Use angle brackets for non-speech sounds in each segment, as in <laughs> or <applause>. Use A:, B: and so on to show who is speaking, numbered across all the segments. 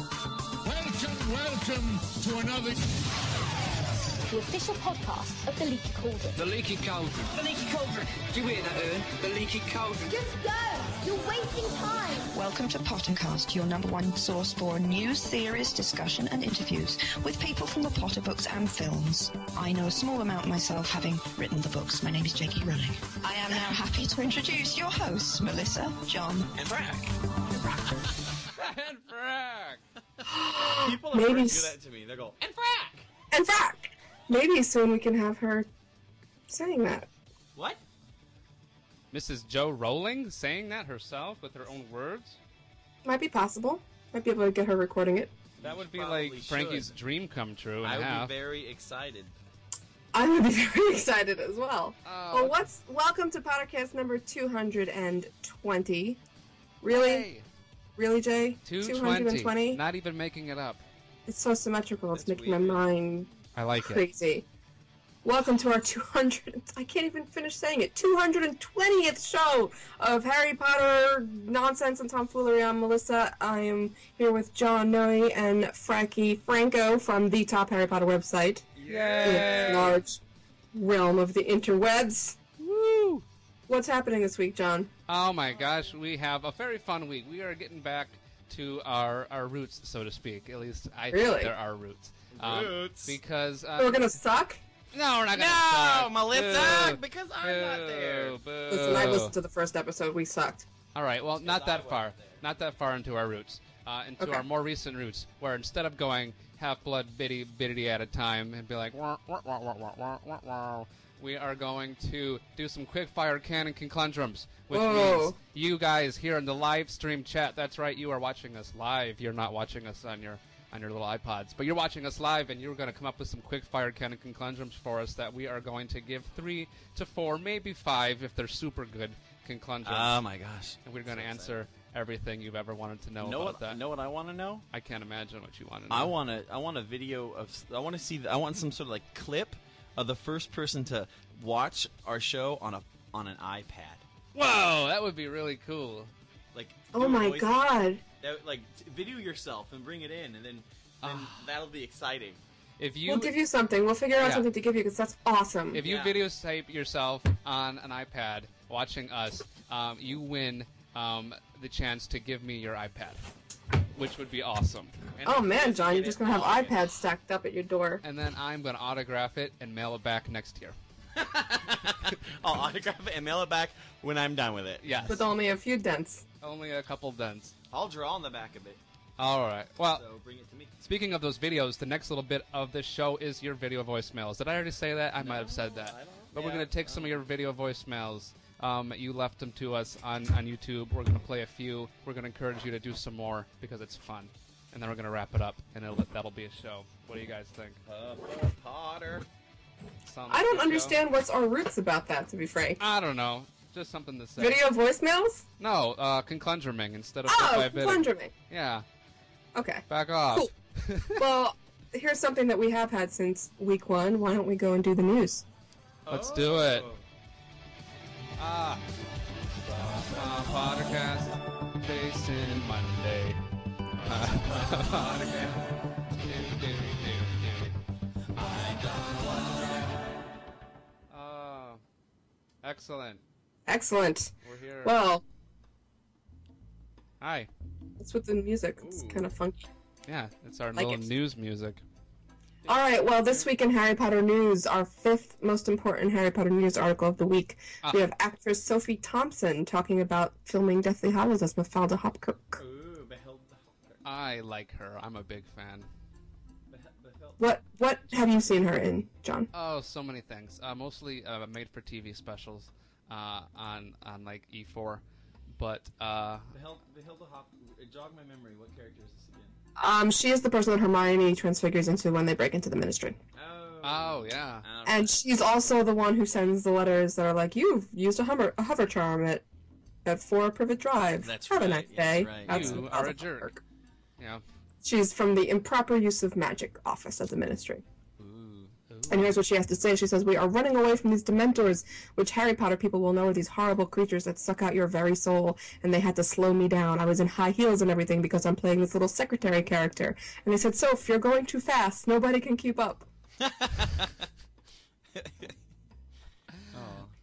A: Welcome, welcome to another.
B: the official podcast of the Leaky Cauldron.
C: The leaky cauldron. The leaky cauldron. Do you hear that, Ern? The leaky cauldron.
D: Just go! You're wasting time!
E: Welcome to Pot and Cast, your number one source for news, theories, discussion, and interviews with people from the Potter books and films. I know a small amount myself, having written the books. My name is Jakey Rowling. I am now happy to introduce your hosts, Melissa, John.
F: And frack.
G: <gasps> People at
H: Maybe
G: first do
H: s-
G: that to me. They go,
F: And frack.
H: In fact, maybe soon we can have her saying that.
G: what?
F: Mrs. Joe Rowling saying that herself with her own words.
H: Might be possible. Might be able to get her recording it.
F: That would be
G: probably
F: like Frankie's
G: should.
F: dream come true. And
G: I
F: a
G: would
F: half.
G: be very excited.
H: I would be <laughs> very excited as well.
F: Oh,
H: well, what's welcome to Pottercast number two hundred and twenty. Really, really, Jay?
F: 220.
H: 220?
F: Not even making it up.
H: It's so symmetrical. It's
G: That's
H: making
G: weird.
H: my mind
F: I like it.
H: crazy. Welcome to our 200. I can't even finish saying it. 220th show of Harry Potter nonsense and tomfoolery. I'm Melissa. I am here with John Noe and Frankie Franco from the top Harry Potter website, the
F: Yay!
H: large realm of the interwebs.
F: Woo!
H: What's happening this week, John?
F: Oh my gosh, we have a very fun week. We are getting back to our, our roots, so to speak. At least I think
H: Really?
F: there are roots. Um,
G: Roots.
F: because uh,
H: Oh, We're gonna suck.
F: no, we're not gonna.
G: No,
F: suck.
G: Melissa,
F: Boo.
G: because I'm not there.
F: Boo,
H: Listen, I
F: boo.
H: listened to the first episode. We sucked.
F: All right. Well, not
G: I
F: that far.
G: wasn't there.
F: Not that far into our roots. Uh, into
H: Okay.
F: our more recent roots, where instead of going half blood bitty bitty at a time and be like, wah, wah, wah, wah, wah, wah, wah, wah, we are going to do some quick fire canon conundrums, which
H: Whoa.
F: means you guys here in the live stream chat. That's right, you are watching us live. You're not watching us on your on your little iPods, but you're watching us live, and you're going to come up with some quick fire canon conundrums for us that we are going to give three to four, maybe five if they're super good conundrums
H: Ah,
G: my gosh.
F: and Oh we're going to
G: So
F: answer everything you've ever wanted to know,
G: Know
F: about
G: what?
F: that.
G: Know what I want to know?
F: I can't imagine what you want to know.
G: I want to. I want a video of. s- I want to see. the- I want some sort of like clip of the first person to watch our show on a on an iPad.
F: Whoa, that would be really cool.
G: Like, do
H: Oh
G: a
H: my
G: voice-
H: god.
G: That, like, t- video yourself and bring it in, and then, then
F: Ah.
G: that'll be exciting.
F: If you
H: We'll give you something. We'll figure out
F: Yeah.
H: something to give you because that's awesome.
F: if you
G: Yeah.
F: videotape yourself on an iPad watching us, um, you win um, the chance to give me your iPad, which would be awesome. And,
H: oh man, John, you're
G: get
H: just
G: it
H: gonna have
G: all in.
H: iPads stacked up at your door.
F: and then I'm going to autograph it and mail it back next year.
G: I'll autograph it and mail it back when I'm done with it.
F: Yes,
H: with only a few dents.
F: only a couple dents.
G: I'll draw on the back of it.
F: All right. Well,
G: So bring it to me.
F: speaking of those videos, the next little bit of this show is your video voicemails. Did I already say that? I might have said that.
G: I don't-
F: But we're
G: yeah,
F: going to take some of your video voicemails. Um, you left them to us on, on YouTube. We're going to play a few. We're going to encourage you to do some more because it's fun. And then we're going to wrap it up, and it'll, that'll be a show. What do you guys think?
G: Uh, Potter.
F: Sound
H: I
F: like a
H: don't
F: show?
H: understand what's our roots about that, to be frank.
F: I don't know. Just something to say.
H: Video voicemails?
F: No, uh, conclundruming instead of bit by
H: Oh,
F: bit.
H: plunderman.
F: Yeah,
H: Okay.
F: back off.
H: Cool. well, here's something that we have had since week one. Why don't we go and do the news?
F: <laughs> Let's do
G: Oh.
F: it. Ah. Uh, podcast Jason Monday. podcast. Do, do, do, do. Ah. excellent.
H: Excellent.
F: We're here.
H: Well,
F: Hi.
H: that's with the music. It's
G: Ooh.
H: kind of funky.
F: Yeah, it's our
H: Like
F: little
H: it.
F: news music.
H: All right. Well, this week in Harry Potter news, our fifth most important Harry Potter news article of the week,
F: Ah.
H: we have actress Sophie Thompson talking about filming Deathly Hallows as Mafalda Hopkirk.
G: Ooh, beheld the
F: I like her. I'm a big fan.
G: beheld.
H: What What have you seen her in, John?
F: Oh, so many things. Uh, mostly uh, made-for-TV specials uh, on on like E4, but uh,
G: Beheld, beheld the hop. Jog my memory. What character is this again?
H: Um, she is the person that Hermione transfigures into when they break into the Ministry,
G: Oh.
F: oh yeah.
H: and she's also the one who sends the letters that are like, "You've used a, hummer, a hover charm at at Four Privet Drive.
G: That's
H: Have a
G: right,
H: nice
G: that's
H: day."
G: right.
F: You
H: the
F: are a
H: Hufflepuff
F: jerk.
H: work.
F: Yeah.
H: She's from the Improper Use of Magic office at the Ministry.
G: Ooh.
H: And here's what she has to say. She says, We are running away from these dementors, which Harry Potter people will know are these horrible creatures that suck out your very soul, and they had to slow me down. I was in high heels and everything because I'm playing this little secretary character. And they said, Soph, you're going too fast. Nobody can keep up.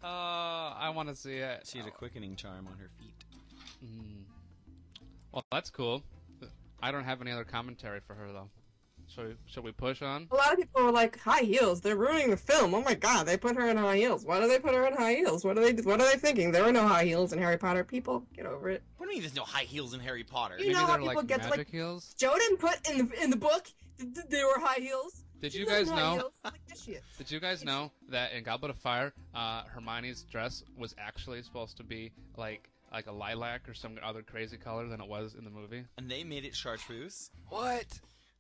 F: Uh, I want to see it.
G: <laughs> She had a quickening charm on her feet.
F: Well, that's cool. I don't have any other commentary for her though. Shall we, shall we push on?
H: A lot of people were like, High heels, they're ruining the film. Oh my god, they put her in high heels. Why do they put her in high heels? What are they what are they thinking? There are no high heels in Harry Potter. People, get over it.
G: What do you mean there's no high heels in Harry Potter?
H: You know how
F: they're
H: people
F: like
H: get to,
F: magic
H: like-
F: heels.
H: Jordan put in the in the book th- th- they were high heels.
F: Did
H: She
F: you
H: doesn't
F: guys
H: have
F: know?
H: heels. Like, yes, she is.
F: Did you guys know that in Goblet of Fire, uh, Hermione's dress was actually supposed to be like like a lilac or some other crazy color than it was in the movie?
G: And they made it chartreuse.
F: What?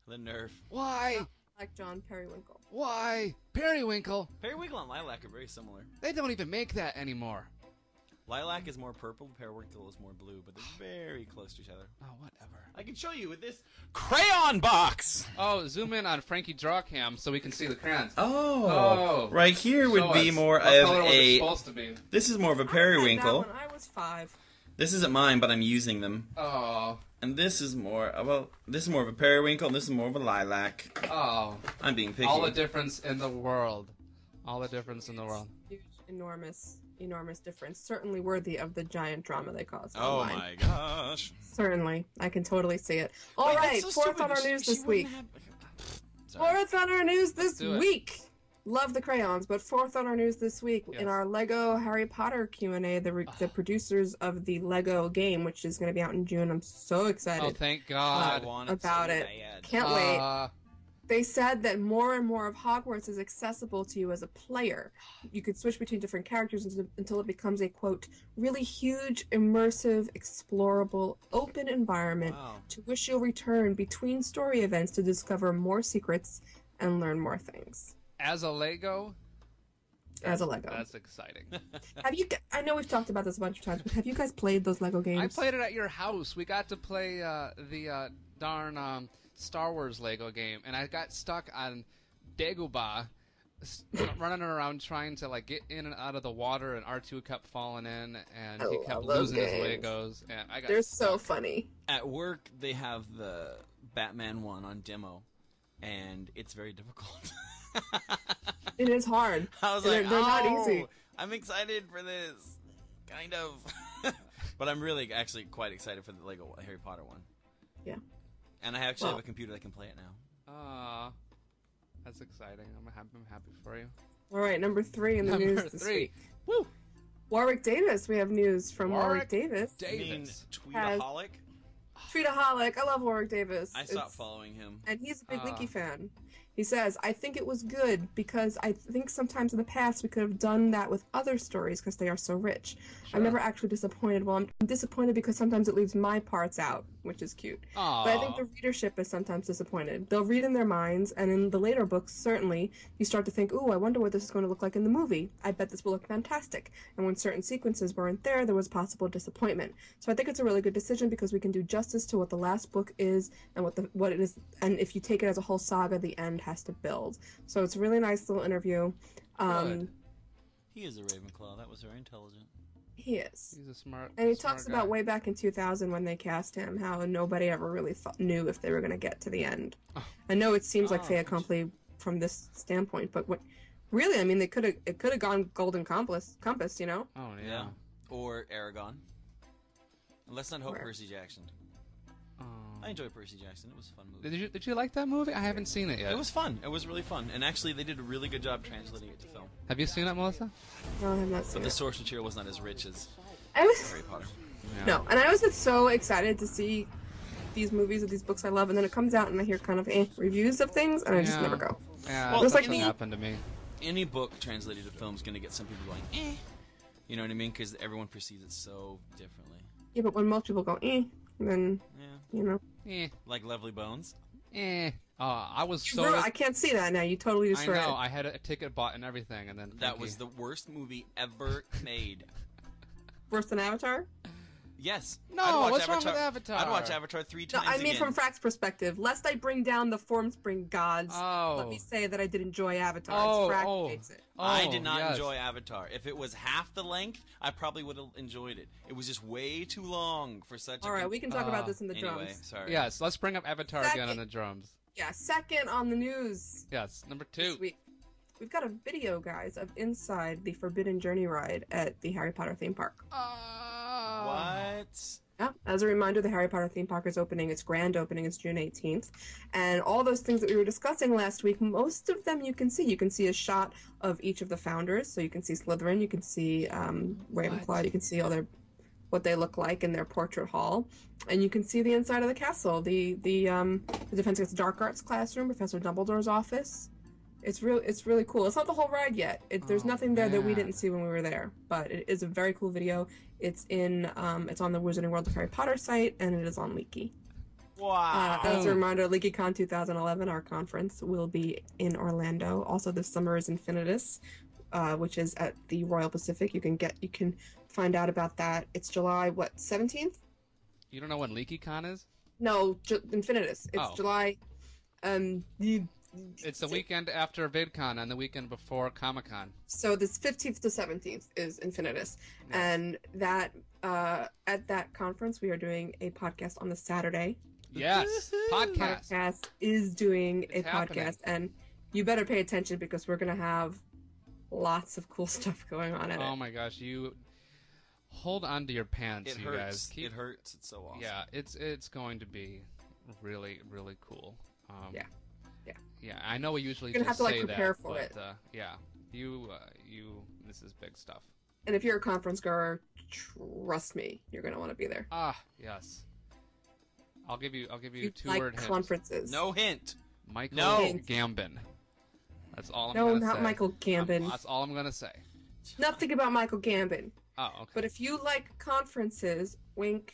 G: The nerve.
F: Why?
H: Like John Periwinkle.
F: Why? Periwinkle.
G: Periwinkle and lilac are very similar.
F: They don't even make that anymore.
G: Lilac is more purple, periwinkle is more blue, but they're very close to each other.
F: Oh, whatever.
G: I can show you with this crayon box.
F: Oh, zoom in on Frankie Drawcam so we can see the crayons.
G: Oh,
F: Oh.
G: right here would
F: Show
G: be
F: us.
G: more
F: What
G: of
F: color was it
G: a.
F: supposed to be.
G: This is more of a
H: I
G: periwinkle.
H: had that when I was five.
G: This isn't mine, but I'm using them.
F: Oh,
G: And this is more. uh, Well, this is more of a periwinkle. and This is more of a lilac.
F: oh.
G: I'm being picky.
F: All the difference in the world. All the difference in the world.
H: Huge, enormous, enormous difference. Certainly worthy of the giant drama they caused.
G: oh
H: online.
G: my gosh!
H: Certainly, I can totally see it. All right, fourth on our news this week. Fourth on our news this
F: do it.
H: week. Love the crayons, but fourth on our news this week
F: Yes.
H: in our Lego Harry Potter Q and A, the re- the producers of the Lego game, which is going to be out in June. I'm so excited.
F: Oh, thank God.
H: about it. Can't wait.
F: Uh,
H: they said that more and more of Hogwarts is accessible to you as a player. You could switch between different characters until- until it becomes a quote really huge, immersive, explorable, open environment
G: Wow.
H: to which you'll return between story events to discover more secrets and learn more things.
F: as a Lego,
H: As a Lego,
F: that's exciting.
H: <laughs> have you? g- I know we've talked about this a bunch of times, but have you guys played those Lego games?
F: I played it at your house. We got to play uh, the uh, darn um, Star Wars Lego game, and I got stuck on Dagobah, s- <coughs> running around trying to like get in and out of the water, and R two kept falling in, and
H: I
F: he
H: love
F: kept
H: those
F: losing his
H: games.
F: Legos, and I got
H: They're
F: stuck.
H: so funny.
G: At work, they have the Batman one on demo, and it's very difficult. <laughs>
H: It is hard.
G: I was
H: They're-
G: like,
H: they're not
G: "Oh,
H: easy."
G: I'm excited for this, kind of, <laughs> but I'm really actually quite excited for the Lego Harry Potter one.
H: Yeah.
G: And I actually
H: Well.
G: have a computer that can play it now.
F: Aw, that's exciting. I'm happy. I'm happy for you.
H: All right, number three in the
F: <laughs> Number
H: news this
F: three.
H: week. Woo. Warwick Davis. We have news from Warwick,
F: Warwick
H: Davis.
F: Davis.
G: Mean tweetaholic.
H: Tweetaholic. I love Warwick Davis.
G: I
H: It's-
G: stopped following him.
H: And he's a big
F: Ah.
H: Leaky fan. He says, I think it was good because I think sometimes in the past we could have done that with other stories because they are so rich. I'm never actually disappointed. Well, I'm disappointed because sometimes it leaves my parts out, which is cute. But I think
F: Aw.
H: the readership is sometimes disappointed. They'll read in their minds, and in the later books, certainly, you start to think, ooh, I wonder what this is going to look like in the movie. I bet this will look fantastic. And when certain sequences weren't there, there was possible disappointment. So I think it's a really good decision because we can do justice to what the last book is and what the what it is. And if you take it as a whole saga, the end has to build. So it's a really nice little interview. Um,
G: Good. He is a Ravenclaw. That was very intelligent.
H: He is.
F: He's a smart.
H: And he
F: smart
H: talks
F: guy.
H: about way back in 2000 when they cast him, how nobody ever really thought, knew if they were going to get to the end.
F: Oh,
H: I know it seems like
G: Oh,
H: fait accompli from this standpoint, but what really, I mean, they could have it could have gone Golden Compass, Compass, you know?
F: Oh yeah.
G: Yeah. Or Aragon. And let's not hope
H: Where?
G: Percy Jackson.
F: Aw.
G: I enjoyed Percy Jackson. It was a fun movie.
F: Did you Did you like that movie? I haven't seen it yet.
G: It was fun. It was really fun. And actually, they did a really good job translating it to film.
F: Have you seen it, Melissa?
H: No, I have not
G: But
H: seen
G: the
H: it.
G: source material was not as rich as
H: I was
G: Harry Potter.
H: no, and I was just so excited to see these movies and these books I love, and then it comes out and I hear kind of eh, reviews of things, and I just
F: Yeah.
H: never go.
F: Yeah,
G: Well,
H: it's
F: that's
H: like
F: what
H: any-
F: happened to me.
G: Any book translated to film is going to get some people going, eh. You know what I mean? Because everyone perceives it so differently.
H: Yeah, but when most people go eh, then
G: Yeah.
H: you know,
F: Eh,
G: Like Lovely Bones.
F: eh. Uh, I was so.
H: Bro, I can't see that now. You totally
F: I
H: destroyed
F: know.
H: it.
F: I had a ticket bought and everything, and then
G: That <laughs>
F: Frankie-
G: was the worst movie ever made.
H: Worse than Avatar.
G: Yes.
F: No,
G: I'd watch
F: what's wrong
G: Avatar.
F: with Avatar?
G: I'd watch Avatar three
H: No,
G: times.
H: I mean
G: again.
H: from Frack's perspective. Lest I bring down the forms bring gods. Let
F: Oh.
H: me say that I did enjoy Avatar.
F: Oh,
H: it's Frack
F: oh,
H: hates it.
F: oh,
G: I did not
F: yes.
G: enjoy Avatar. If it was half the length, I probably would have enjoyed it. It was just way too long for such.
H: All
G: a
H: right, we can talk about
F: Uh,
H: this in the
G: anyway,
H: drums.
G: sorry.
F: Yes, let's bring up Avatar again
H: Second.
F: on the drums.
H: Yeah, second on the news
F: Yes, number
H: this
F: two.
H: week. We've got a video, guys, of inside the Forbidden Journey ride at the Harry Potter theme park.
F: Uh,
G: What?
H: Yeah. As a reminder, the Harry Potter theme park is opening. Its grand opening is June 18th. And all those things that we were discussing last week, most of them you can see. You can see a shot of each of the founders. So you can see Slytherin, you can see um, Ravenclaw, you can see all their what they look like in their portrait hall. And you can see the inside of the castle, the the, um, the Defense Against Dark Arts classroom, Professor Dumbledore's office. It's real. It's really cool. It's not the whole ride yet. It, there's
F: Oh,
H: nothing there that we
F: man.
H: didn't see when we were there, but it is a very cool video. It's in. Um, it's on the Wizarding World of Harry Potter site, and it is on Leaky.
G: Wow.
H: Uh,
F: Oh.
H: as a reminder, LeakyCon 2011, our conference, will be in Orlando. Also, this summer is Infinitus, uh, which is at the Royal Pacific. You can get. You can find out about that. It's July what 17th?
F: You don't know when LeakyCon is?
H: No, Ju- Infinitus. It's
F: Oh.
H: July. Um, the,
F: It's the weekend after VidCon and the weekend before Comic
H: <laughs>
F: Con.
H: so this 15th to 17th is infinitus
F: Nice.
H: and that uh, at that conference we are doing a podcast on the saturday
F: Yes, podcast.
H: podcast is doing
F: It's
H: a
F: happening.
H: podcast and you better pay attention because we're gonna have lots of cool <laughs> stuff going on at
F: Oh
H: it
F: my gosh, you hold on to your pants,
G: It
F: you guys.
G: hurts.
F: Keep-
G: It hurts. It's so awesome.
F: Yeah, it's it's going to be really really cool. Um,
H: Yeah. Yeah.
F: yeah. I know we usually
H: You're gonna
F: just
H: have to, like,
F: say
H: prepare
F: that,
H: for
F: but,
H: it.
F: Uh, yeah, you uh, you this is big stuff.
H: and if you're a conference goer trust me you're gonna want to be there
F: Ah, yes. I'll give you I'll give you,
H: you
F: two
H: like
F: word hints.
H: conferences
G: No hint.
F: Michael
G: No.
H: Hints.
F: Gambin. That's all I'm
H: no
F: gonna
H: not
F: say.
H: michael gambon
F: That's all I'm gonna say.
H: nothing about michael gambon
F: Oh, okay.
H: but if you like conferences wink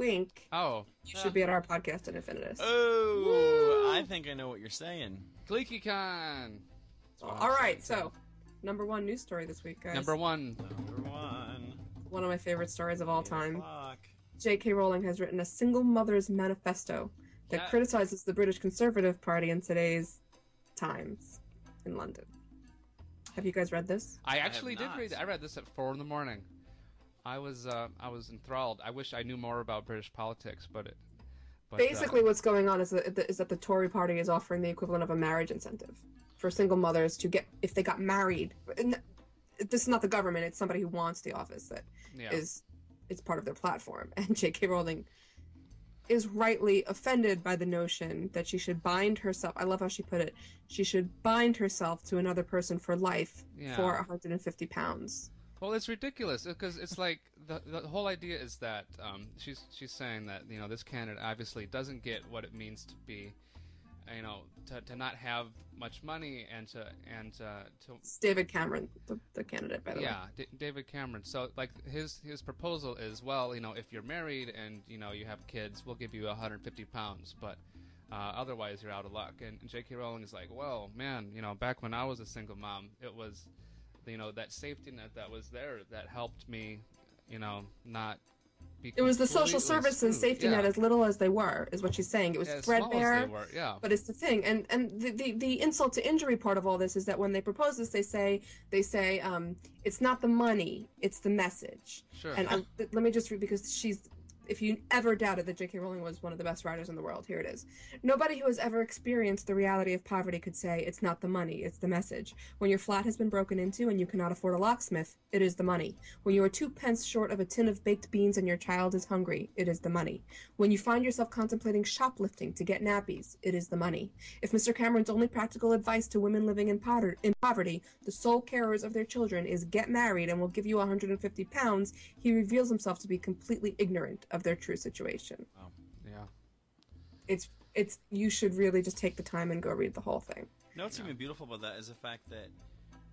H: wink
F: oh,
H: You should be at our podcast at Infinitus.
F: Uh,
G: Oh, I think I know what you're saying.
F: GleekyCon.
H: All right, so number one news story this week, guys.
F: Number one.
G: Number one.
H: one of my favorite stories of all time.
G: Fuck.
H: J.K. Rowling has written a single mother's manifesto that
F: Yeah.
H: criticizes the British Conservative Party in today's times in London. Have you guys read this?
F: I actually did
G: not.
F: read. I read this at four in the morning. I was uh, I was enthralled. I wish I knew more about British politics, but it. But, uh,
H: Basically, what's going on is that, is that the Tory party is offering the equivalent of a marriage incentive for single mothers to get, if they got married. And this is not the government, it's somebody who wants the office that
F: yeah.
H: is it's part of their platform <laughs> and JK Rowling is rightly offended by the notion that she should bind herself I love how she put it she should bind herself to another person for life
F: Yeah.
H: for 150 pounds
F: Well, it's ridiculous because it's like the the whole idea is that um, she's she's saying that you know this candidate obviously doesn't get what it means to be, you know, to, to not have much money and to and uh, to
H: it's David Cameron the, the candidate by the way
F: yeah, D- David Cameron. So like his his proposal is well, you know, if you're married and you know you have kids, we'll give you 150 pounds, but uh, otherwise you're out of luck. And, and J.K. Rowling is like, well, man, you know, back when I was a single mom, it was, you know, that safety net that was there that helped me, you know, not. Be
H: it was the social
F: completely
H: services
F: screwed.
H: safety
F: Yeah.
H: net as little as they were is what she's saying it was
F: Yeah, as small as they
H: threadbare
F: were, Yeah.
H: But it's the thing, and and the, the the insult to injury part of all this is that when they propose this, they say they say um, it's not the money, it's the message.
F: Sure.
H: And I, th- let me just read because she's. If you ever doubted that J.K. Rowling was one of the best writers in the world, here it is. Nobody who has ever experienced the reality of poverty could say it's not the money, it's the message. When your flat has been broken into and you cannot afford a locksmith, it is the money. When you are two pence short of a tin of baked beans and your child is hungry, it is the money. When you find yourself contemplating shoplifting to get nappies, it is the money. If Mr. Cameron's only practical advice to women living in, potter- in poverty, the sole carers of their children, is get married and we'll give you 150 pounds, he reveals himself to be completely ignorant of their true situation.
F: yeah.
H: It's it's you should really just take the time and go read the whole thing.
G: You know what's even beautiful about that is the fact that,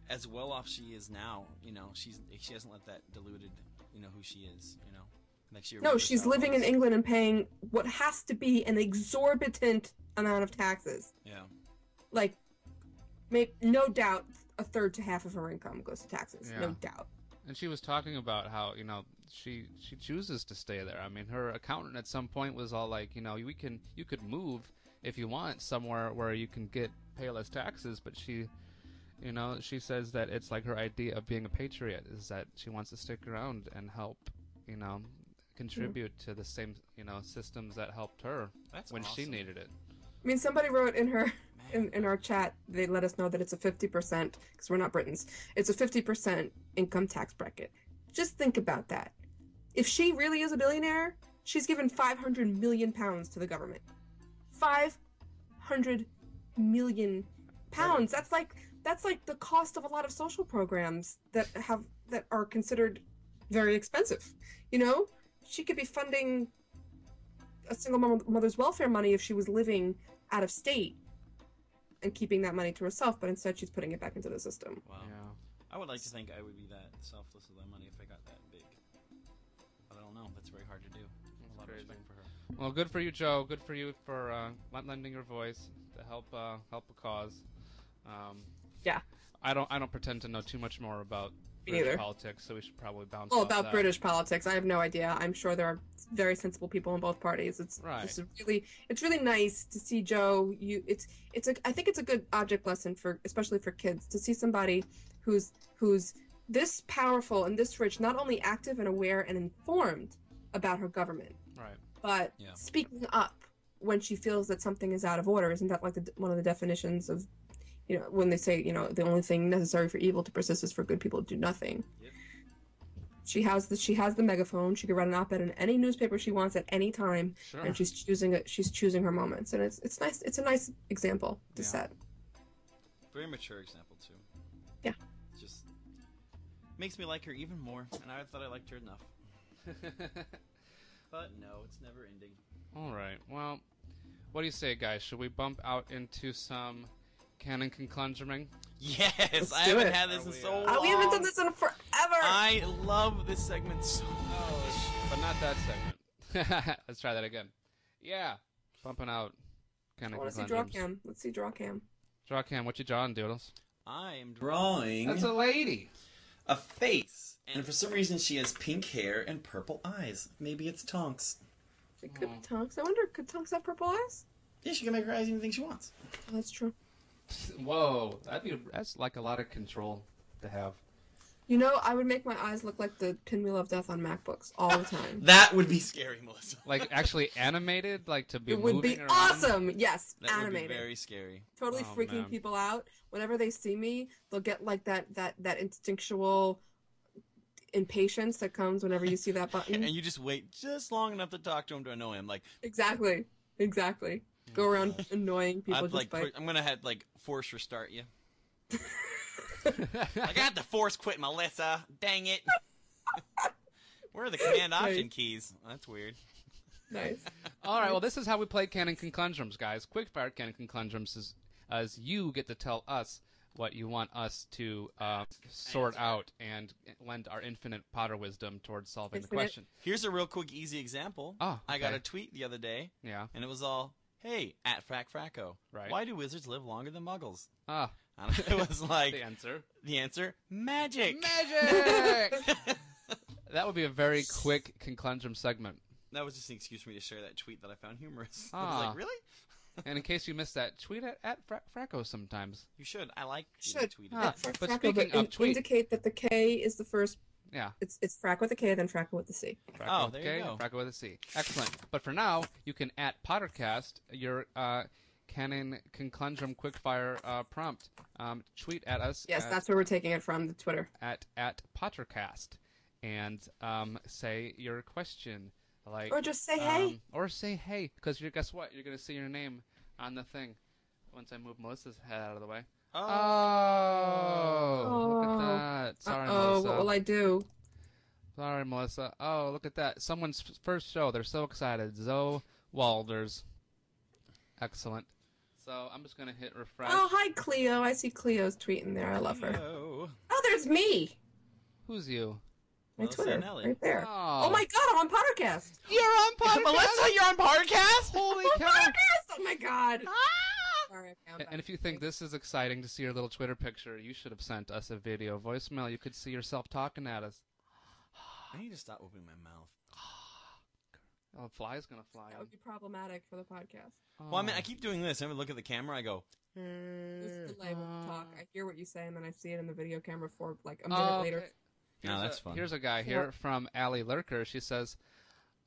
G: as well off she is now, you know, she's she hasn't let that deluded, you know, who she is, you know. Like she
H: No,
G: remembers
H: she's
G: how it
H: living in
G: was.
H: England and paying what has to be an exorbitant amount of taxes.
G: Yeah.
H: Like may, no doubt a third to half of her income goes to taxes. No
F: Yeah.
H: doubt.
F: And she was talking about how you know she she chooses to stay there. I mean, her accountant at some point was all like, you know, we can you could move if you want somewhere where you can get pay less taxes, but she. You know, she says that it's like her idea of being a patriot is that she wants to stick around and help, you know, contribute to the same, you know, systems that helped her
G: Mm-hmm. That's
F: when she
G: awesome.
F: needed it.
H: I mean, somebody wrote in her in, in our chat. They let us know that it's a fifty percent because we're not Britons. It's a fifty percent income tax bracket. Just think about that. If she really is a billionaire, she's given five hundred million pounds to the government. Five hundred million pounds. That's like that's like the cost of a lot of social programs that have that are considered very expensive. You know, she could be funding a single mom- mother's welfare money if she was living out of state and keeping that money to herself, but instead she's putting it back into the system.
G: Wow.
F: Yeah.
G: I would like to think I would be that selfless with my money if I got that big. But I don't know. That's very hard to do. a lot
F: crazy.
G: of respect for her.
F: Well, good for you, Joe. Good for you for uh, lend- lending your voice to help uh, help a cause. Um,
H: Yeah.
F: I don't I don't pretend to know too much more about
H: Me
F: British
H: neither.
F: politics, so we should probably bounce.
H: All
F: off
H: about
F: that.
H: British politics. I have no idea. I'm sure there are very sensible people in both parties. It's
F: Right.
H: just a really, it's really nice to see Joe. You, it's, it's a. I think it's a good object lesson for, especially for kids, to see somebody who's who's this powerful and this rich, not only active and aware and informed about her government,
F: Right. <laughs>
H: but
G: Yeah.
H: speaking up when she feels that something is out of order isn't that like the, one of the definitions of you know when they say you know the only thing necessary for evil to persist is for good people to do nothing
G: Yep.
H: she has the she has the megaphone she can run an op-ed in any newspaper she wants at any time
F: Sure.
H: and she's choosing it she's choosing her moments and it's it's nice it's a nice example to
F: Yeah.
H: set
G: Very mature example too.
H: Yeah.
G: Just makes me like her even more, and I thought I liked her enough.
F: <laughs>
G: But no, it's never ending.
F: All right. Well, what do you say, guys? Should we bump out into some canon conclundruming?
G: Yes, I
H: do
G: haven't
H: it.
G: had this in
F: we,
G: so
F: uh,
G: long.
H: oh, we haven't done this in forever
G: I love this segment so Oh.
F: But not that segment. <laughs> Let's try that again. Yeah. Bumping out
H: i
F: canon
H: want to see
F: conclundrums.
H: draw cam let's see draw cam
F: Draw cam. What you drawing, doodles?
G: I am drawing
F: That's a lady.
G: a face, and for some reason she has pink hair and purple eyes. Maybe it's Tonks.
H: it
G: Hmm.
H: could be tonks i wonder could tonks have purple eyes
G: Yeah, she can make her eyes anything she wants.
H: oh, that's true
F: Whoa. That'd be that's like a lot of control to have.
H: You know, I would make my eyes look like the pinwheel of death on MacBooks all the
F: <laughs>
H: time.
G: That would be scary, Melissa.
H: <laughs>
F: like actually animated, like to be
H: it would be
F: moving around?
H: awesome. Yes,
G: That would
H: animated.
G: be very scary.
H: Totally
F: Oh,
H: freaking
F: man.
H: people out. Whenever they see me, they'll get like that that that instinctual impatience that comes whenever you see
F: <laughs>
H: that
G: And
H: button.
G: you just wait just long enough to talk to him to annoy him. Like
H: exactly. Exactly. Go around annoying people
G: I'd
H: just
G: like
H: by
G: pu- I'm gonna have like force restart
H: <laughs>
G: you. Like I had to force quit Melissa. Dang it. <laughs> Where are the command option
H: Right.
G: keys? That's weird.
H: <laughs>
F: <laughs>
H: nice.
F: All right, well, this is how we play canon conclundrums, guys. Quickfire canon conclundrums is as you get to tell us what you want us to uh, sort out and lend our infinite Potter wisdom towards solving the
H: Infinite.
F: question.
G: Here's a real quick, easy example.
F: Oh,
G: I got
F: okay.
G: a tweet the other day,
F: Yeah.
G: and it was all, "Hey, at Frack Fracko,
F: Right.
G: why do wizards live longer than muggles?"
F: Ah,
G: And <laughs> it was like
H: <laughs>
F: the answer. <laughs>
G: the answer, magic.
F: Magic. that would be a very quick conclundrum segment.
G: that was just an excuse for me to share that tweet that I found humorous. <laughs> I was
F: Ah.
G: like, really?
F: And in case you missed that, tweet at, at Fra- Fracco sometimes.
G: You should. I like you
H: Should.
G: tweeted
F: Ah.
G: that.
F: But
H: Fracko,
F: speaking of
H: in-
F: tweet-
H: indicate that the K is the first
F: Yeah.
H: it's it's frack with a K then frack with a C.
F: Fracco
G: Oh,
F: with
G: there
F: K
G: you
F: and
G: go.
F: Fracco with a C. Excellent. But for now, you can at Pottercast your uh, canon conclundrum quickfire uh, prompt. Um, tweet at us
H: Yes,
F: at,
H: that's where we're taking it from, the Twitter.
F: at at Pottercast and um, say your question. Like
H: Or just say hey.
F: um, or say hey, because guess what? You're gonna see your name on the thing once I move Melissa's head out of the way. Oh,
G: Oh,
F: um, look
H: Oh.
F: at that! Sorry,
H: oh,
F: Melissa.
H: what will I do?
F: Sorry, Melissa. Oh, look at that. Someone's f- first show. They're so excited. Zoe Walders. Excellent. So I'm just going to hit refresh.
H: Oh, hi, Cleo. I see Cleo's tweeting there. I love her.
G: no.
H: Oh, there's me.
F: Who's you?
H: My
G: Melissa
H: Twitter,
G: and Ellie.
H: right there.
F: Oh.
H: Oh. my <laughs> God, I'm on Pottercast.
F: <laughs> You're on
G: Melissa, you're on podcast.
F: Holy
H: I'm on
F: cow.
H: Pottercast. Oh my God. Sorry, I'm bound
F: Ah! And,
H: by
F: and if you think this is exciting to see your little Twitter picture, you should have sent us a video voicemail. You could see yourself talking at us.
G: I need to stop opening my mouth.
F: Oh, a fly's gonna fly.
H: that
F: in.
H: would be problematic for the podcast.
G: Well, I
F: Oh.
G: mean, I keep doing this. Every look at the camera, I go.
H: This
F: Mm,
H: is the live
F: uh.
H: talk. I hear what you say, and then I see it in the video camera for like a minute
F: Oh,
H: later.
F: okay.
G: No,
F: Here's
G: that's
F: a,
G: fun.
F: Here's a guy here from Allie Lurker. She says,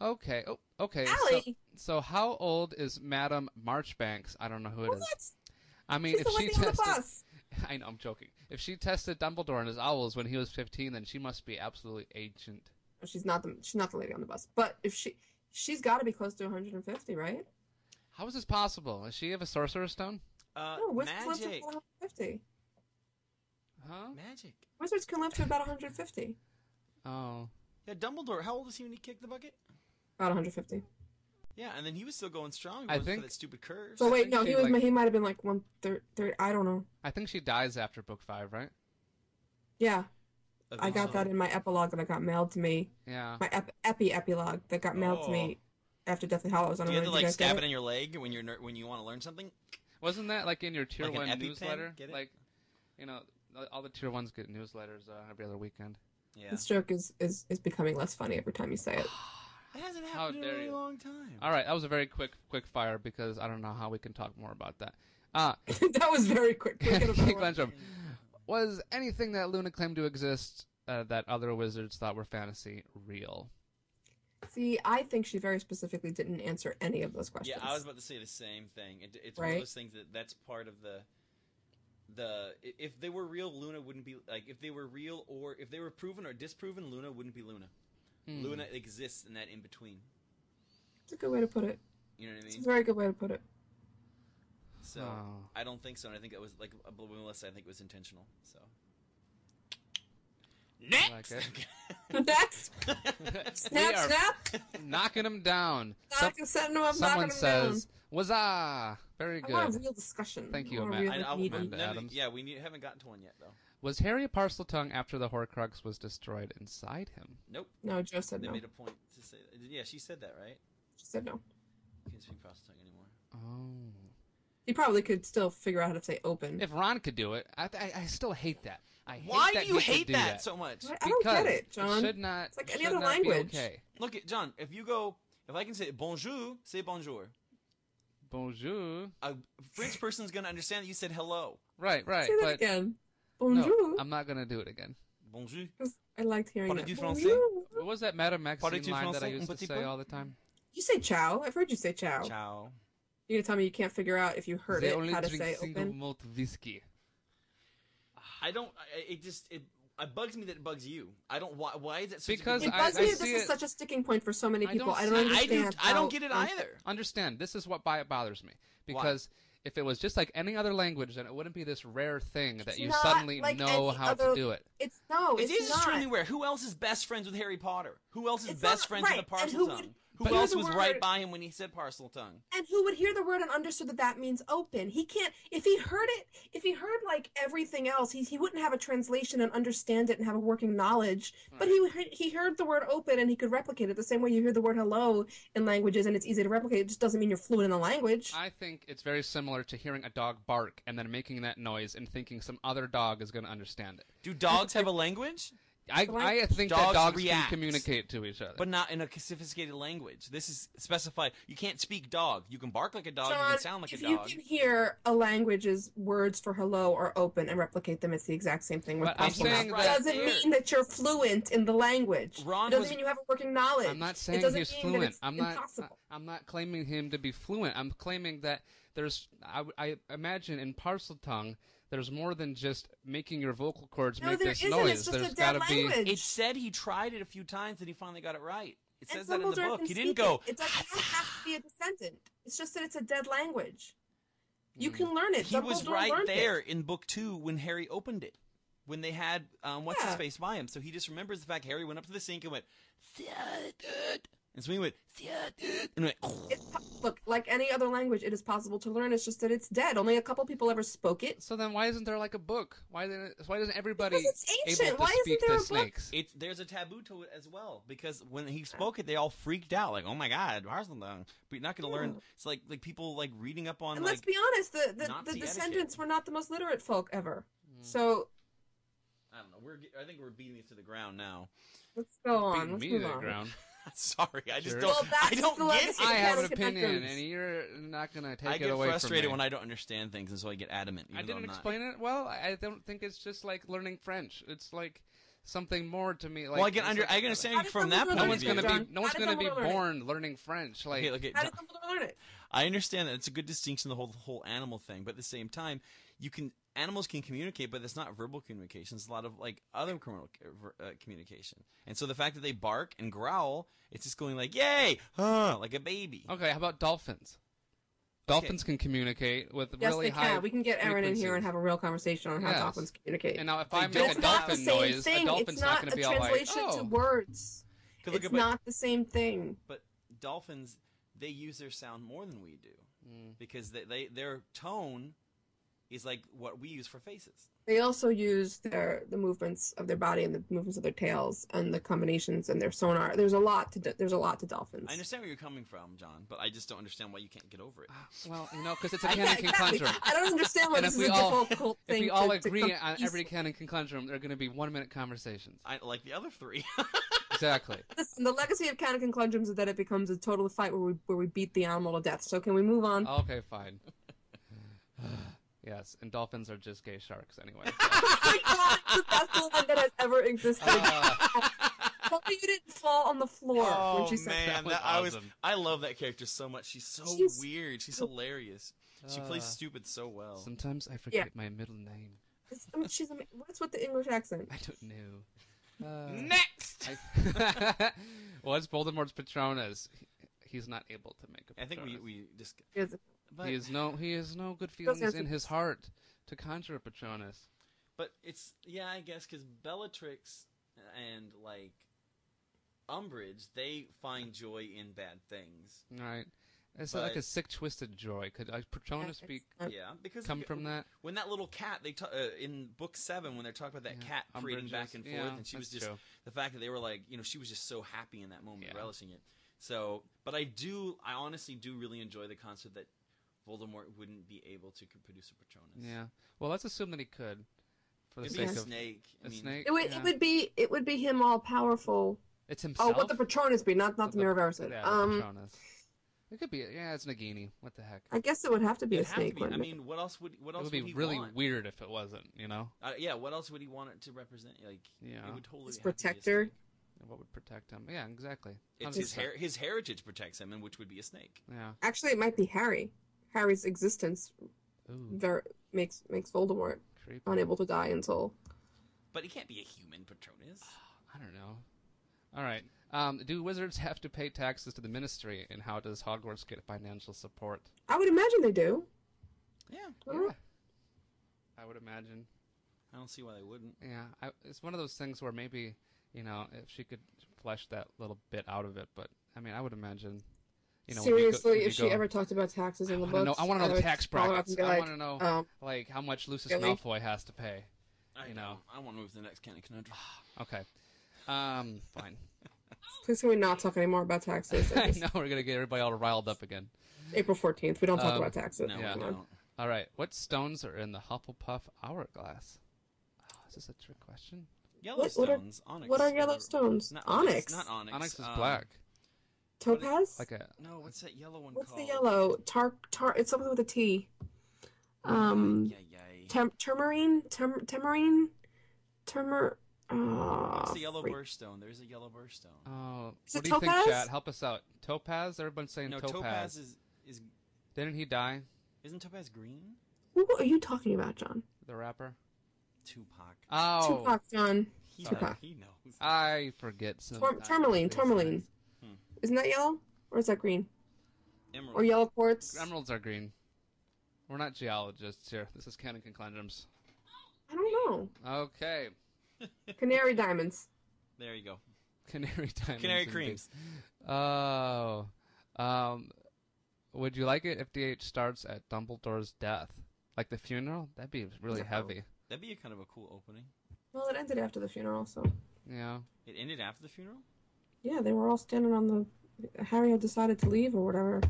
F: "Okay, oh, okay. so-
H: Allie?
F: So, how old is Madam Marchbanks? I don't know who it is.
H: What?
F: I mean,
H: She's
F: if
H: the
F: she
H: lady on the
F: tested,
H: bus.
F: <laughs> I know I'm joking. If she tested Dumbledore and his owls when he was 15, then she must be absolutely ancient.
H: No, She's not the she's not the lady on the bus. But if she she's got to be close to 150, right?
F: How is this possible? Is she of a sorcerer's stone?
G: Uh,
H: No, wizards can live to
G: magic,
H: 150.
F: Huh?
G: magic.
H: Wizards can live to about 150.
F: Oh,
G: Yeah, Dumbledore. How old is he when he kicked the bucket?
H: About 150.
G: Yeah, and then he was still going strong.
F: I
G: going
F: think-
G: for that stupid curve.
H: So wait,
F: think
H: no,
F: she,
H: he was
F: like-
H: he might have been like 130. I don't know.
F: I think she dies after book five, right?
H: Yeah, I got that in my epilogue that I got mailed to me.
F: Yeah.
H: My ep- epi epilogue that got mailed to me after Deathly Hollows. I
G: Do
H: don't
G: Oh. you have to
H: know. did you
G: like
H: guys get
G: stab it in your leg when you're ner- when you want to learn something?
F: Wasn't that like in your tier
G: Like an
F: one
G: EpiPen?
F: newsletter?
G: Get it?
F: Like, you know, all the tier ones get newsletters uh, every other weekend.
G: Yeah,
H: This joke is, is is becoming less funny every time you say it.
G: <sighs>
H: <laughs>
G: that hasn't
F: How
G: happened in
F: dare
G: a really
F: you.
G: long time.
F: All right, that was a very quick quick fire because I don't know how we can talk more about that. Uh,
H: that was very quick. We're gonna
F: <laughs> Kate
H: go-
F: Glenstrom, was anything that Luna claimed to exist uh, that other wizards thought were fantasy real?
H: <laughs> See, I think she very specifically didn't answer any of those
G: Yeah,
H: questions.
G: I was about to say the same thing. It, it's one of
H: Right?
G: those things that that's part of the the i- if they were real, Luna wouldn't be like if they were real or if they were proven or disproven, Luna wouldn't be Luna.
F: Hmm,
G: Luna exists in that in between.
H: It's a good way to put it.
G: You know what I
H: It's
G: mean?
H: a very good way to put
G: <laughs>
H: it. <laughs>
G: So
F: Oh.
G: I don't think so, and I think it was like uh, but Melissa. I think it was intentional.
F: <laughs>
G: So
F: Next! like
H: That's
F: We
H: snap,
G: <laughs>
F: are-
H: snap.
F: Knocking them down. Some-
H: Knock and send them up. knocking
F: someone
H: them
F: says, "Wazah!" Very
H: down. I want a
F: good.
H: real discussion.
F: Thank
H: I
F: you,
H: want a
F: Amanda.
H: real
G: I, I'll,
H: meaty-
F: Amanda
G: none of-
F: Adams.
G: yeah, we need, haven't gotten to one yet though.
F: Was Harry Parseltongue after the Horcrux was destroyed inside him?
G: Nope,
H: No, Joe said
G: they
H: no.
G: made a point to say. That. Yeah, she said that right.
H: She said no.
G: Can't speak prostitute anymore.
F: Oh.
H: He probably could still figure out how to say open.
F: If Ron could do it, I, I, I still hate that. I hate
G: Why
F: that
G: do you
F: he could
G: hate
F: do
G: that, so much?
H: I I don't get
F: Because
H: it, John.
F: should not.
H: It's like
F: should
H: any other
F: not be
H: language.
F: okay.
G: Look at John. If you go, if I can say bonjour, say bonjour.
F: Bonjour.
G: A
F: <laughs>
G: French person's gonna understand that you said hello.
F: Right, right.
H: Say that
F: but
H: again.
F: no,
H: Bonjour.
F: I'm not gonna do it again.
G: Bonjour.
H: 'Cause I liked hearing
G: Parlez
H: that.
G: du français?
H: Bonjour.
F: What was that Madame Maxine
G: Parlez-tu
F: line that I
G: français un
F: used to
G: petit
F: say
G: peu?
F: all the time?
H: You say chow. I've heard you say chow.
G: Ciao.
H: You're gonna tell me you can't figure out if you heard
F: they
H: it
F: only
H: how to
F: drink
H: say
F: single
H: open.
F: malt whiskey.
G: I don't. I, it just it, it bugs me that it bugs you. I don't. Why? Why is it? Such
F: Because
G: a
H: It
G: big,
F: I-
H: bugs
F: I
H: me that
F: see
H: this is
F: it-
H: such a sticking point for so many
F: I
H: people.
F: don't
H: I don't,
F: see-
G: I do.
H: understand.
G: I
H: how-
G: don't get it either.
F: Understand? This is what bi- bothers me because if it was just like any other language, then it wouldn't be this rare thing that
H: It's
F: you
H: not
F: suddenly
H: like
F: know
H: any
F: how to
H: other-
F: do it.
H: It's no.
G: It
H: It's
G: is
H: not.
G: extremely rare. Who else is best friends with Harry Potter? Who else is
H: It's
G: best
H: not-
G: friends with
H: right,
G: a parcel
H: and who
G: tongue?
H: would
G: Who
H: hear
G: else
H: the
G: was right
H: word?
G: by him when he said parcel tongue?
H: And who would hear the word and understood that that means open? He can't. If he heard it, if he heard like everything else, he, he wouldn't have a translation and understand it and have a working knowledge.
F: Hmm.
H: But he heard- he heard the word open and he could replicate it the same way you hear the word hello in languages and it's easy to replicate. It just doesn't mean you're fluent in the language.
F: I think it's very similar to hearing a dog bark and then making that noise and thinking some other dog is going to understand it.
G: Do dogs have a language?
F: I, I think that
G: Dogs
F: dogs
G: react.
F: can communicate to each other.
G: But not in a sophisticated language. This is specified. You can't speak dog. You can bark like a dog. you
H: John,
G: can sound like
H: if
G: a
H: you
G: dog.
H: can hear a language's words for hello or open and replicate them, it's the exact same thing. With
F: But I'm
H: parcel tongue.
F: saying
H: It
F: that-
H: doesn't
G: Here.
H: mean that you're fluent in the language.
G: Ron
H: it doesn't
G: was-
H: mean you have a working knowledge.
F: I'm not
H: it
F: saying
H: doesn't
F: he's
H: mean
F: fluent.
H: That it's
F: I'm not.
H: impossible.
F: I'm not claiming him to be fluent. I'm claiming that there's. I, I imagine in parcel tongue, there's more than just making your vocal cords
H: No,
F: make
H: there
F: this
H: isn't.
F: noise.
H: It's just
F: there's
H: a dead
F: gotta be.
H: language.
G: It said he tried it a few times and he finally got it right. It
H: And
G: says that in the
H: Dumbledore
G: book.
H: can
G: He didn't
H: speak it.
G: go.
H: It doesn't have to be a descendant. It's just that it's a dead language. You can learn it.
F: Hmm.
G: He was
H: Dumbledore
G: right
H: learned
G: there
H: It.
G: in book two when Harry opened it. when they had um, what's
H: Yeah.
G: his face by him. So he just remembers the fact Harry went up to the sink and went, "See ya, dude," and Sweeney went, "See ya, dude," and went.
H: It's po- look like any other language. It is possible to learn. It's just that it's dead. Only a couple people ever spoke it.
F: So then, why isn't there like a book? Why didn't, Why doesn't everybody
H: Because it's
F: able
H: ancient.
F: to
H: Why isn't
F: speak
H: there a
F: the
H: book?
F: snakes?
G: It's there's a taboo to it as well because when he spoke it, they all freaked out like, "Oh my god, Harzlendang!" But you're not going to learn. It's like like people like reading up on
H: And
G: like
H: let's be honest, the, the,
G: Nazi
H: the
G: etiquette.
H: descendants were not the most literate folk ever.
F: Hmm.
H: So
G: I don't know. We're ge- I think we're beating it to the ground now. <laughs>
H: let's go
F: Beat
H: on. Let's
F: me
H: move
F: to the
H: on.
F: ground.
G: Sorry, I just
F: Sure.
G: don't.
H: Well,
G: I
H: that's
G: don't
H: the
G: get.
H: legacy.
G: it.
F: I have an
H: Catacombs.
F: opinion, and you're not going to take
G: I
F: it
G: get
F: away
G: frustrated
F: from me.
G: when I don't understand things, and so I get adamant. Even
F: I
G: though I'm
F: didn't
G: not.
F: explain it well. I I don't think it's just like learning French. It's like something more to me. Like,
G: well, I can
F: it's
G: under.
F: like-
G: I can understand
H: How
G: from
H: does
G: that
H: someone
G: point
F: No
G: of
F: one's
G: view.
F: gonna be.
H: John,
F: No one's
H: how did
F: gonna be
H: someone learn it?
F: born learning French. Like
G: Okay, okay,
H: How
G: John-
H: did someone learn it?
G: I understand that it's a good distinction the whole whole animal thing, but at the same time, you can animals can communicate, but it's not verbal communication. It's a lot of like other criminal uh, ver- uh, communication, and so the fact that they bark and growl, it's just going like "yay," huh, like a baby.
F: Okay, how about dolphins? Dolphins can communicate with
H: Yes,
F: really
H: they
F: high.
H: can. We can get Aaron in here and
F: frequencies.
H: have a real conversation on how
F: Yes.
H: dolphins communicate.
F: And now if
G: They
F: I
G: don't-
F: make
H: it's
F: a
H: not the
F: dolphin
H: same
F: noise,
H: thing.
F: a dolphin's
H: it's not,
F: going
H: a
F: to be all like,
H: translation
F: oh,
H: to words.
G: Look at-
H: it's
G: but,
H: not the same thing.
G: but dolphins they use their sound more than we do because they, they their tone is like what we use for faces.
H: They also use their the movements of their body and the movements of their tails and the combinations and their sonar. There's a lot to do- there's a lot to dolphins.
G: I understand where you're coming from, John, but I just don't understand why you can't get over it.
F: well, you know, because it's a canon
H: Exactly.
F: conundrum.
H: I don't understand why
F: And
H: this
F: if
H: is
F: we
H: a
F: all,
H: difficult
F: if
H: thing.
F: we all
H: to, to
F: agree
H: come
F: on Uh, every
H: easily.
F: canon conundrum, they're going to be one-minute conversations.
G: I like the other
F: <laughs>
G: three.
F: Exactly.
H: Listen, the legacy of canon conundrums is that it becomes a total fight where we where we beat the animal to death. So can we move on?
F: Okay, fine. <sighs> yes, and dolphins are just gay sharks anyway.
H: <laughs> my god, it's the best line that has
F: <laughs>
H: ever existed.
F: Uh,
H: Tell me you didn't fall on the floor
G: Oh
H: when she said
G: man,
F: that was
G: that- I was
F: awesome.
G: I love that character so much. She's so
H: She's
G: weird. She's hilarious. She plays
F: Uh,
G: stupid so well.
F: sometimes I forget my middle name.
H: that. It's- I mean, she's ama- what's with the English accent?
F: I don't know. Uh,
G: Next,
F: I- <laughs> What's Voldemort's Patronus? He- He's not able to make a
G: I
F: Patronus.
G: think we we just.
H: It's-
G: But,
F: he is no he has no good feelings in
H: answer
F: his
H: this.
F: heart to conjure a Patronus.
G: but it's yeah, I guess because Bellatrix and like Umbridge, they find joy in bad things.
F: All right, it's
G: But-
F: like a sick, twisted joy. Could uh, Patronus be
H: Uh,
G: Yeah, because
F: come from that?
G: when that little cat they ta- uh, in book seven when they're talking about that
F: Yeah,
G: cat parading
F: Umbridge's-
G: back and forth
F: yeah,
G: and she was
F: that's
G: just
F: true.
G: the fact that they were like you know she was just so happy in that moment
F: Yeah.
G: relishing it so but i do i honestly do really enjoy the concept that voldemort wouldn't be able to c- produce a patronus
F: Yeah. Well, let's assume that he could, for the
G: it'd be a
F: sake of
G: snake I
F: a
G: mean,
F: snake.
H: It would
F: yeah.
H: it would be it would be him all powerful.
F: It's
H: Oh,
F: himself.
H: what the Patronus be? Not not the, Miravar said.
F: Yeah, the
H: um,
F: Patronus. It could be. Yeah, it's Nagini. What the heck?
H: I guess it would have to be
G: it'd
H: a
G: have to
H: snake.
G: be. i
H: wouldn't it?
G: mean what else would what
F: it
G: else
F: would
G: would,
F: be
G: he
F: really
G: want?
F: weird if it wasn't. You know,
G: uh, yeah what else would he want it to represent like
F: Yeah.
G: it would totally
H: His
G: have to be a
H: protector.
G: snake.
F: what would protect him? Yeah, exactly.
G: it's his
F: 100%.
G: her- his heritage protects him and which would be a snake
F: Yeah.
H: Actually, it might be Harry. Harry's existence
F: Ooh,
H: ver- makes makes Voldemort
F: Hmm. creepy.
H: unable to die until.
G: but he can't be a human
F: <sighs>
G: patronus
F: I don't know. All right. Um, do wizards <laughs> have to pay taxes to the ministry, and how does Hogwarts get financial support?
H: I would imagine they do.
G: yeah
H: Mhm.
F: I would imagine.
G: i don't see why they wouldn't
F: Yeah, I, it's one of those things where maybe you know if she could flesh that little bit out of it, but I mean, I would imagine. You know, when you go-
H: Seriously,
F: when you
H: if she
F: go-
H: ever talked about taxes in the
F: I
H: books,
F: wanna know- I want to know the
H: would
F: tax
H: follow up
F: brackets.
H: and be
F: I
H: like,
F: want to know
H: um,
F: like how much Lucius
H: really?
F: Malfoy has to pay.
G: I
F: You
G: know.
F: know.
G: I want to move to the next kind of conundrum.
F: Okay. Um, fine. <laughs>
H: Please can we not talk anymore about taxes?
F: I
H: It is
F: know we're gonna get everybody all riled up again.
H: April 14th. We don't talk
F: Um,
H: about taxes.
G: No,
F: <sighs> Yeah.
G: we don't.
F: All right, what stones are in the Hufflepuff hourglass? Oh, is this a trick question?
H: What, what, are,
G: Yellowstones, onyx.
H: what are
G: whatever.
H: yellow stones?
G: Not
H: onyx.
G: Not onyx.
F: Onyx is
G: um,
F: black,
H: Topaz?
F: like a
G: No, what's that yellow one
H: What's
G: called?
H: the yellow? Tar, tar. It's something with a T. Um,
G: Yeah, yeah.
H: tam- tamarine, tam- tamarine, tamar.
G: What's
H: Oh,
G: the yellow
H: freak.
G: burst stone? There's a yellow burst stone.
F: Oh,
H: Is
F: what
H: it
F: do you
H: topaz?
F: think, Chad? Help us out. Topaz. Everyone's saying
G: no,
F: topaz.
G: topaz is is
F: Didn't he die?
G: isn't topaz green?
H: Who are you talking about, John?
F: The rapper.
G: Tupac.
F: Oh,
H: Tupac, John.
G: He,
H: Tupac.
G: he knows.
F: Uh, I forget.
H: Tor-
F: sometimes
H: tourmaline,
F: these
H: tourmaline.
F: things.
G: Hmm.
H: Isn't that yellow? Or is that green?
G: Emerald.
H: Or yellow quartz?
F: Emeralds are green. We're not geologists here. This is canon conundrums.
H: I don't know.
F: Okay. <laughs>
H: Canary diamonds.
G: There you go.
F: Canary diamonds.
G: Canary
F: and
G: creams.
F: big- Oh. Um, would you like it if DH starts at Dumbledore's death? Like the funeral? That'd be really
H: No.
F: heavy.
G: That'd be a kind of a cool opening.
H: Well, it ended after the funeral, so
F: Yeah.
G: It ended after the funeral.
H: yeah, they were all standing on the. Harry had decided to leave or whatever.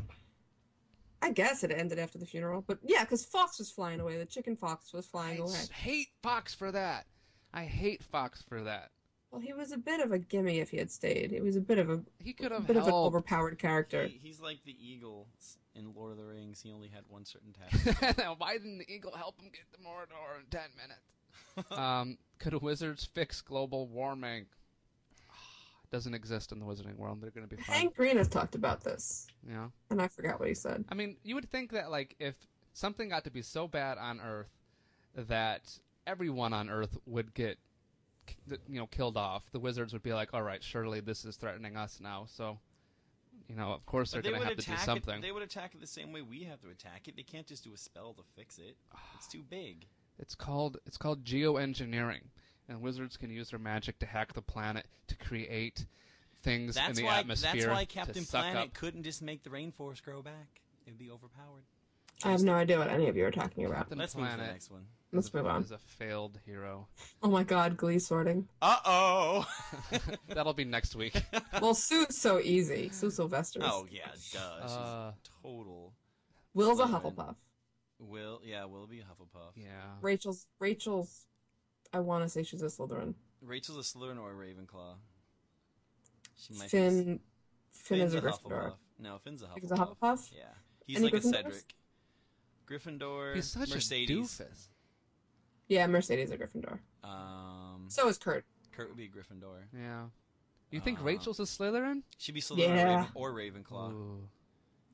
H: I guess it ended after the funeral, but yeah, because Fox was flying away. The chicken fox was flying
F: I
H: away.
F: s- hate Fox for that. I hate Fox for that.
H: Well, he was a bit of a gimme if he had stayed. He was a bit of a
F: He could have
H: bit of an
F: helped.
H: overpowered character.
G: He, he's like the eagle in Lord of the Rings. He only had one certain
F: <laughs>
G: task.
F: Why didn't the eagle help him get to Mordor in ten
G: <laughs>
F: minutes? um, could wizards fix global warming? <sighs> Doesn't exist in the wizarding world. They're going to be fine.
H: Hank Green has talked about this,
F: Yeah.
H: and I forgot what he said.
F: I mean, you would think that like if something got to be so bad on Earth that everyone on Earth would get k- th- you know killed off, the wizards would be like, "All right, surely this is threatening us now." So, you know, of course they're
G: But they
F: going to
G: would
F: have to do
G: attack
F: something.
G: It, they would attack it the same way we have to attack it. They can't just do a spell to fix
F: <sighs>
G: it. It's too big.
F: It's called it's called geoengineering, and wizards can use their magic to hack the planet to create things in
G: That's
F: the
G: why.
F: atmosphere
G: That's why
F: to
G: Captain
F: suck
G: Planet
F: up.
G: couldn't just make the rainforest grow back. It'd be overpowered.
H: I have no idea what any of you are talking about.
F: Captain
G: Let's move to the
F: Planet
G: next one.
H: Let's move on.
F: is a failed hero.
H: Oh my God, Glee sorting.
G: Uh
F: <laughs>
G: oh.
F: That'll be next week.
H: Well, Sue's so easy. Sue Sylvester.
G: <laughs> oh yeah, duh. She's
F: Uh.
G: total.
H: Will's a
G: Lauren.
H: Hufflepuff.
G: Will yeah, will be a Hufflepuff.
F: yeah.
H: Rachel's Rachel's. I want to say she's a Slytherin.
G: Rachel's a Slytherin or a Ravenclaw. She
H: Finn,
G: might be,
H: Finn,
G: Finn's
H: is a Gryffindor.
G: Hufflepuff. No, Finn's a Hufflepuff.
H: He's a Hufflepuff?
G: Yeah, he's
H: Any
G: like a
H: Gryffindors?
G: Cedric. Gryffindor.
F: He's such
G: Mercedes.
F: a doofus.
H: Yeah, Mercedes is a Gryffindor.
G: Um,
H: So is Kurt.
G: Kurt would be a Gryffindor. Um,
F: Yeah. You
G: Uh.
F: think Rachel's a Slytherin?
G: She'd be Slytherin
H: Yeah.
G: or, Raven, or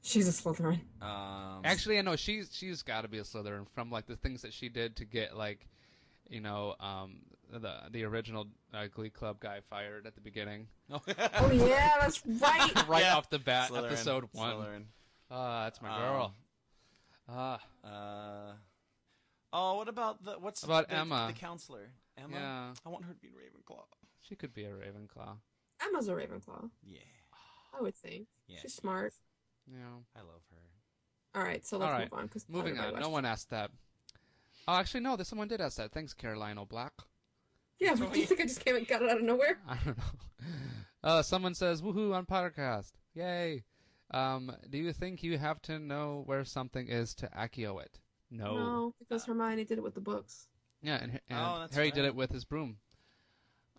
H: She's a Slytherin.
G: Ravenclaw. Um, <laughs>
F: Actually, I know she's she's got to be a Slytherin from like the things that she did to get like, you know, um, the the original uh, Glee Club guy fired at the beginning,
G: no.
H: Oh <laughs> yeah, that's <laughs> right.
F: right
G: Yeah.
F: off the bat,
G: Slytherin,
F: episode one.
G: Slytherin.
F: Ah, that's my girl. Ah,
G: Uh, oh, what about the what's
F: About
G: the,
F: Emma?
G: the counselor? Emma.
F: Yeah.
G: I want her to be Ravenclaw.
F: she could be a Ravenclaw.
H: Emma's a Ravenclaw.
G: Yeah,
H: I would think.
G: Yeah,
H: she's
G: she
H: smart.
F: Yeah.
G: I love her.
H: All right, so let's
F: All right.
H: move on. 'cause not
F: Moving
H: everybody
F: on.
H: watched
F: No
H: it.
F: one asked that. Oh, actually, no. There's someone did ask that. Thanks, Caroline O'Black.
H: Yeah, but do <laughs> you think I just came and got it out of nowhere?
F: <laughs> I don't know. Uh, someone says, woohoo on podcast. Yay. Um, do you think you have to know where something is to accio it? No.
H: No, because Hermione did it with the books.
F: Yeah, and, and
G: Oh, that's
F: Harry did
G: right.
F: it with his broom.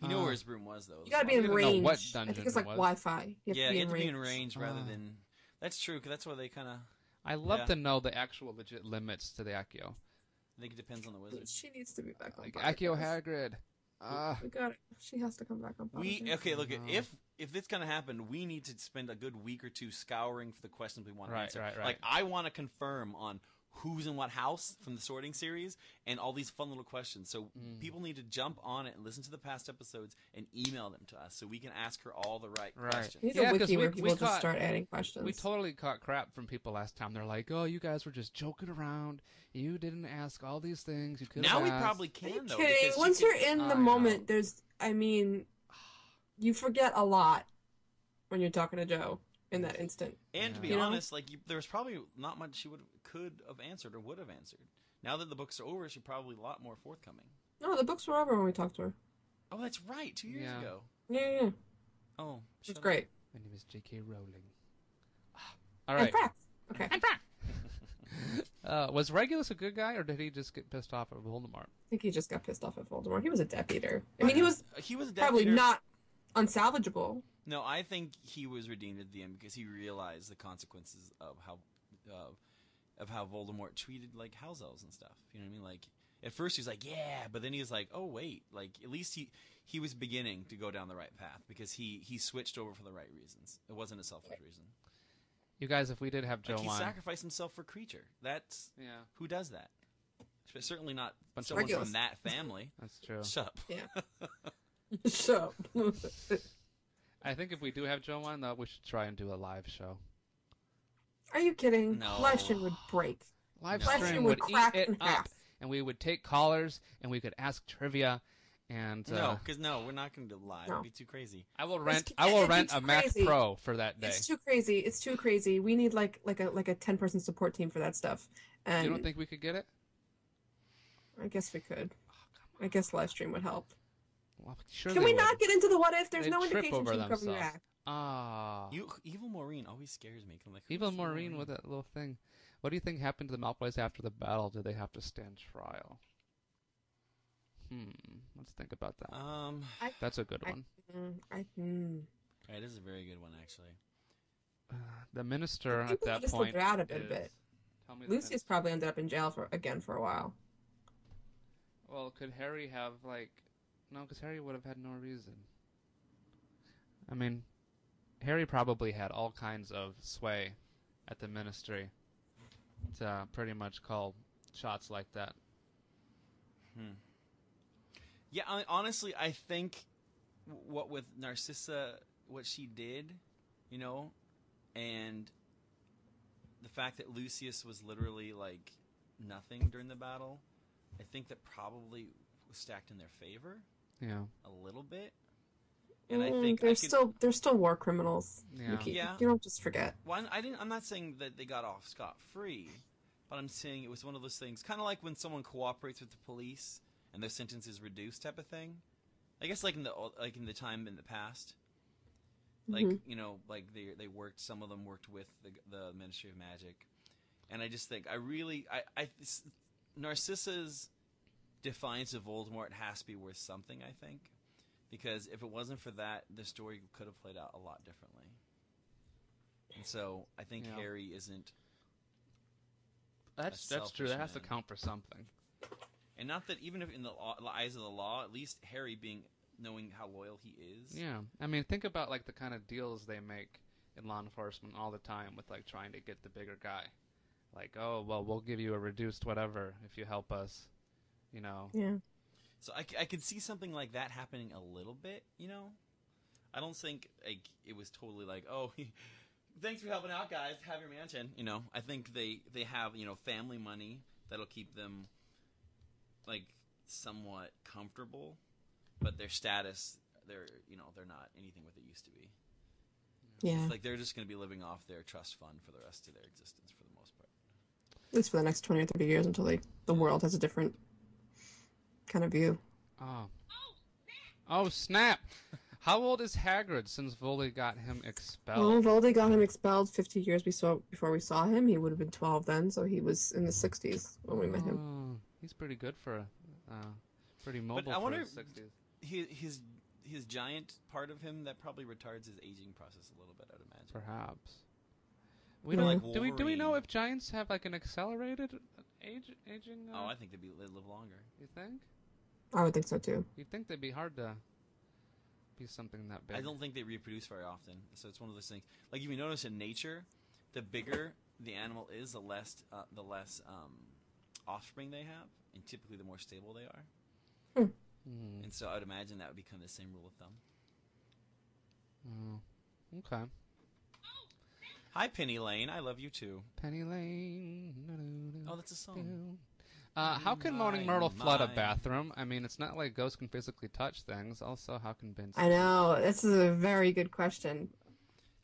G: You know
F: Uh,
G: where his room was though.
H: You gotta be in
F: Oh, I don't know
H: range.
F: what
H: I
F: dungeon
H: think it's like
F: it was.
H: Wi-Fi. You have
G: yeah,
H: to be
G: you have
H: in
G: to
H: range.
G: be in range rather
F: Ah.
G: than. That's true, 'cause that's why they kind of.
F: I love
G: Yeah.
F: to know the actual legit limits to the accio.
G: I think it depends on the wizard.
H: She needs to be back on.
F: Like,
H: podcast.
F: accio Hagrid. Ah,
H: We got it. She has to come back on.
G: We
H: podcast.
G: okay. Look,
F: No.
G: if if this gonna happen, we need to spend a good week or two scouring for the questions we want to
F: Right,
G: answer.
F: right, right.
G: Like I want to confirm on who's in what house from the sorting series and all these fun little questions. So people need to jump on it and listen to the past episodes and email them to us so we can ask her all the right,
F: Right.
G: questions.
H: We need
F: Yeah,
H: a
F: 'cause
H: wiki
F: we-
H: where
F: we
H: people just
F: caught-
H: start adding questions.
F: we totally caught crap from people last time. They're like, "Oh, you guys were just joking around. You didn't ask all these things. You could
G: Now we
F: asked.
G: probably
H: Are you
G: can though.
H: kidding?
G: because
H: Once
G: you
H: you're
G: can-
H: in
F: I
H: the
F: know.
H: moment, there's. I mean, you forget a lot when you're talking to Joe in that instant.
G: and to be
H: You know?
G: honest, like you, there was probably not much she would could have answered or would have answered. Now that the books are over, she probably a lot more forthcoming.
H: No, the books were over when we talked to her.
G: Oh, that's right. Two years
F: Yeah.
G: ago.
H: Yeah, yeah, yeah.
G: Oh, shut
H: it's
G: up.
H: great.
F: My name is J.K. Rowling. Ah, All
H: And
F: right.
H: crap. Okay, I
F: Uh, was Regulus a good guy, or did he just get pissed off at Voldemort?
H: think he just got pissed off at Voldemort. He was a Death Eater. I mean, he was
G: He was a Death
H: probably
G: Eater.
H: not unsalvageable. <laughs>
G: No, I think he was redeemed at the end because he realized the consequences of how uh, of how Voldemort treated like house elves and stuff. You know what I mean? Like at first he was like, "Yeah," but then he was like, "Oh wait!" Like at least he he was beginning to go down the right path because he he switched over for the right reasons. It wasn't a selfish reason.
F: You guys, if we did have Joe
G: Like he
F: on,
G: sacrificed himself for creature. That's
F: Yeah.
G: Who does that? But certainly not
F: Bunch of
G: someone
H: regulars.
G: from that
F: <laughs>
G: family.
F: that's true.
G: Shut up.
H: Yeah. so,
F: I think if we do have Joe on, though, we should try and do a live show.
H: are you kidding?
G: No.
H: Live stream would break. Live
F: Live stream
H: stream would
F: eat
H: crack
F: it
H: in
F: up.
H: half.
F: and we would take callers and we could ask trivia. And uh,
G: No, because no, we're not going to do live.
H: No.
G: It'd be too crazy.
F: I will rent.
H: too-
F: I will
H: it'd be
F: rent
H: too
F: a Mac
H: crazy.
F: Pro for that day.
H: It's too crazy. It's too crazy. We need like like a like a ten person support team for that stuff. And
F: you don't think we could get it?
H: I guess we could. I guess live stream would help.
F: Well, sure
H: Can
F: they
H: we
F: would.
H: not get into the what if? There's
F: They'd
H: no
F: trip
H: indication
F: over
H: she's coming
F: themselves.
H: back.
F: Ah,
G: You, evil Maureen always scares me. 'cause I'm like, who's
F: evil Maureen with that little thing. What do you think happened to the Malfoys after the battle? Did they have to stand trial? Hmm. Let's think about that.
G: Um,
F: That's a good
H: I-
F: one.
H: Mm, I, mm.
G: that is a very good one actually.
F: The minister
H: I
F: at
H: think we
F: that
H: just
F: point.
H: looked it out a bit,
F: is-
H: but
F: Tell me the
H: Lucius
F: minister-
H: probably ended up in jail for again for a while.
F: Well, could Harry have like? No, because Harry would have had no reason. I mean, Harry probably had all kinds of sway at the ministry to pretty much call shots like that.
G: Yeah, I, honestly, I think w- what with Narcissa, what she did, you know, and the fact that Lucius was literally like nothing during the battle, I think that probably was stacked in their favor
F: Yeah.
G: a little bit. And I
H: Mm,
G: think I
H: they're
G: could,
H: still they're still war criminals.
F: Yeah.
H: You, can't-
G: Yeah.
H: you don't just forget.
G: Well, I'm- I didn't. I'm not saying that they got off scot free, but I'm saying it was one of those things, kind of like when someone cooperates with the police and their sentence is reduced, type of thing. I guess like in the ol- like in the time in the past, like you know, like they they worked. Some of them worked with the, the Ministry of Magic, and I just think I really I I s- Narcissa's defiance of Voldemort has to be worth something. I think. Because if it wasn't for that, the story could have played out a lot differently. And so I think
F: Yeah.
G: Harry isn't,
F: That's that's true.
G: selfish
F: That has to
G: man.
F: count for something.
G: and not that even if in the law, the eyes of the law, at least Harry being knowing how loyal he is.
F: Yeah. I mean, think about like the kind of deals they make in law enforcement all the time with like trying to get the bigger guy. Like, oh, well, we'll give you a reduced whatever if you help us. You know.
H: Yeah.
G: So I, c- I could see something like that happening a little bit. You know, I don't think like it was totally like oh. <laughs> Thanks for helping out, guys. Have your mansion. You know, I think they they have you know family money that'll keep them like somewhat comfortable, but their status, they're you know they're not anything what they used to be.
H: Yeah.
G: It's like they're just going to be living off their trust fund for the rest of their existence for the most part.
H: At least for the next twenty or thirty years until they, the world has a different kind of view.
F: Oh. Oh snap! <laughs> How old is Hagrid since Vully got him
H: Well,
F: expelled?
H: Voldy got him expelled 50 years we saw, before we saw him. He would have been 12 then, so he was in the 60s when we met him.
F: Oh, he's pretty good for, uh, pretty mobile
G: I
F: for
G: wonder-
F: his sixties.
G: His his his giant part of him that probably retards his aging process a little bit. I'd imagine.
F: Perhaps. We
G: Kinda
F: don't.
G: like
F: do we do we know
G: Wolverine.
F: if giants have like an accelerated age aging? Uh,
G: Oh, I think they'd be they'd live longer.
F: you think? Oh.
H: I would think so too.
F: You'd think they'd be hard to be something that big.
G: I don't think they reproduce very often, so it's one of those things. Like if you notice in nature, the bigger the animal is, the less uh, the less um, offspring they have, and typically the more stable they are.
F: Hmm,
G: And so I'd imagine that would be kind of the same rule of thumb.
F: oh, Okay.
G: Hi, Penny Lane. I love you too.
F: Penny Lane.
G: Oh, that's a song.
F: Uh, how can Moaning
G: My,
F: Myrtle flood a
G: my.
F: bathroom? I mean, it's not like ghosts can physically touch things. Also, how can Benson?
H: I know. This is a very good question.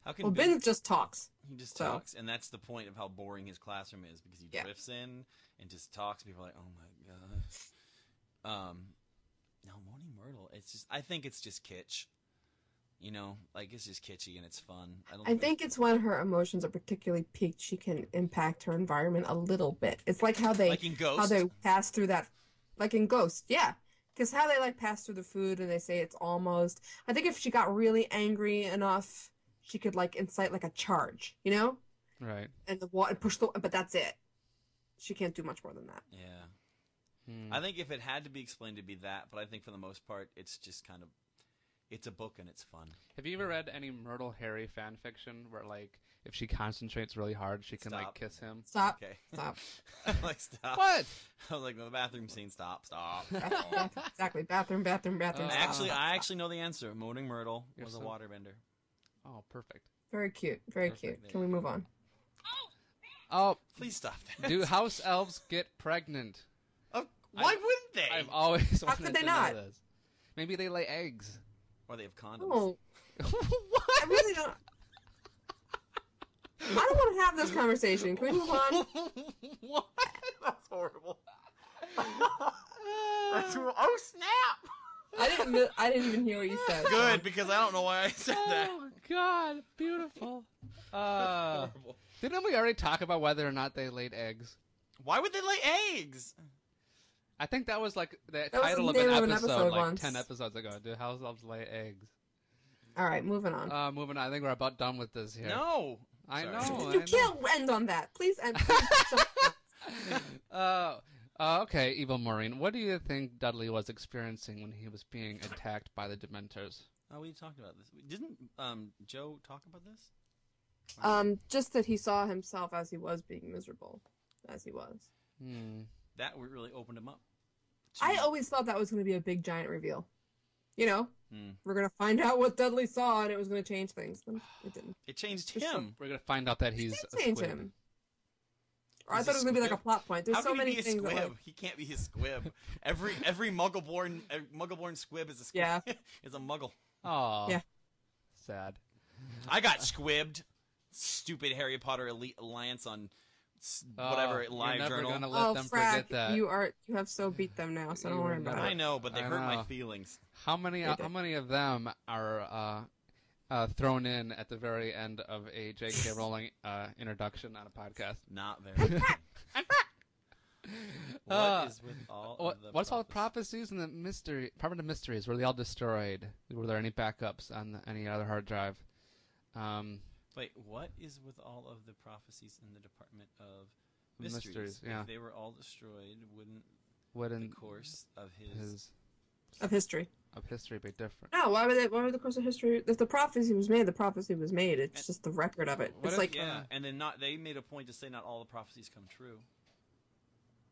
G: How can
H: Well,
G: Bill-
H: Ben just talks.
G: He just
H: So-
G: talks, and that's the point of how boring his classroom is because he
H: Yeah.
G: drifts in and just talks. People are like, "Oh my god." Um, no, Morning Myrtle. It's just I think it's just kitsch. You know, like it's just kitschy and it's fun. I don't.
H: I think it's when her emotions are particularly peaked, she can impact her environment a little bit. It's like how they
G: Like in Ghost?
H: how they pass through that, like in Ghost, yeah. Because how they like pass through the food and they say it's almost. I think if she got really angry enough, she could like incite like a charge, you know,
F: Right.
H: and the wall and push the. But that's it. She can't do much more than that.
G: Yeah,
F: Hmm.
G: I think if it had to be explained, it'd be that. But I think for the most part, it's just kind of, it's a book and it's fun.
F: Have you ever read any Myrtle Harry fan fiction where, like, if she concentrates really hard, she can like
G: Stop.
F: kiss him?
H: Stop.
G: Okay.
H: Stop.
G: <laughs> I'm like stop. <laughs>
F: What?
G: I was like, no, the bathroom scene. Stop. Stop.
H: <laughs> exactly. Bathroom. Bathroom. Bathroom.
F: Uh,
H: stop.
G: actually, I actually know the answer. Moaning Myrtle
F: You're
G: was a
F: so-
G: waterbender.
F: Oh, perfect.
H: very cute. Very
F: Perfect.
H: cute. Can we move on?
F: Oh,
G: Please stop that. <laughs>
F: do house elves get pregnant?
G: Of Why wouldn't they?
F: I've always <laughs>
H: How
F: wanted
H: could they
F: to
H: not?
F: know this. Maybe they lay eggs. <laughs>
G: Or they have condoms.
H: Oh, I
F: what?
H: really don't. I don't want to have this conversation. Can we move on?
F: what?
G: That's horrible. That's hor- oh snap!
H: I didn't. mi- I didn't even hear what you said.
G: Good because I don't know why I said
H: <laughs>
G: that.
F: Oh God, beautiful. <laughs> Uh, didn't we already talk about whether or not they laid eggs?
G: Why would they lay eggs?
F: I think that was like the
H: was
F: title
H: the
F: of
H: name of
F: an episode,
H: an episode
F: like
H: once.
F: ten episodes ago. Do house elves lay eggs?
H: All right, moving on.
F: Uh, moving on. I think we're about done with this here.
G: No.
F: I
G: Sorry.
F: know. I
H: you
F: know.
H: can't end on that. Please end. Please shut up.
F: Uh, uh, okay, Evil Maureen. What do you think Dudley was experiencing when he was being attacked by the Dementors?
G: <laughs> Oh, we talked about this. Didn't um, Joe talk about this?
H: um, just that he saw himself as he was being miserable, as he was.
F: Hmm.
G: That would really opened him up.
H: I always thought that was going to be a big giant reveal. You know,
G: Mm.
H: we're going to find out what Dudley saw, and it was going to change things. Then it didn't.
G: It changed
H: Just
G: him.
F: We're gonna find out that he's
H: Didn't
F: a
H: change
F: squid.
H: him. Or I
G: He's
H: thought
G: a
H: it was going to be like a
G: squib.
H: plot point. There's
G: How
H: so
G: can
H: many
G: he be a
H: things.
G: squib?
H: That, like,
G: He can't be a squib. every every muggle-born every muggle-born squib is a squib.
H: Yeah.
G: <laughs> is a muggle.
F: Aw.
H: Yeah.
F: Sad.
G: I got squibbed. Stupid Harry Potter Elite Alliance on s- whatever
F: Oh,
G: live
F: you're never
G: journal.
F: gonna let
H: oh,
F: them
H: frack!
F: forget that.
H: You are you have so beat them now, so
F: You
H: don't worry
F: are
H: about
F: never-
H: it.
G: I know, but they
F: I
G: hurt my
F: know.
G: feelings.
F: How many?
H: They
F: Uh,
H: did.
F: how many of them are uh, uh, thrown in at the very end of a J.K.
G: <laughs>
F: Rowling uh, introduction on a podcast?
G: Not very.
F: Uh,
G: <laughs> What is with all
F: What,
G: of the
F: what's all the
G: prophecies?
F: prophecies and the mystery? Department of Mysteries. Were they all destroyed? Were there any backups on the, any other hard drive? Um,
G: Wait, what is with all of the prophecies in the Department of Mysteries?
F: Mysteries, yeah.
G: If they were all destroyed, wouldn't the
F: wouldn't
G: course of his,
F: his
H: Of history.
F: of history be different?
H: No, why would they, why would the course of history? If the prophecy was made, the prophecy was made. It's just the record of it.
F: What
H: It's
F: if-
H: like
G: yeah,
F: uh,
G: and then not they made a point to say not all the prophecies come true.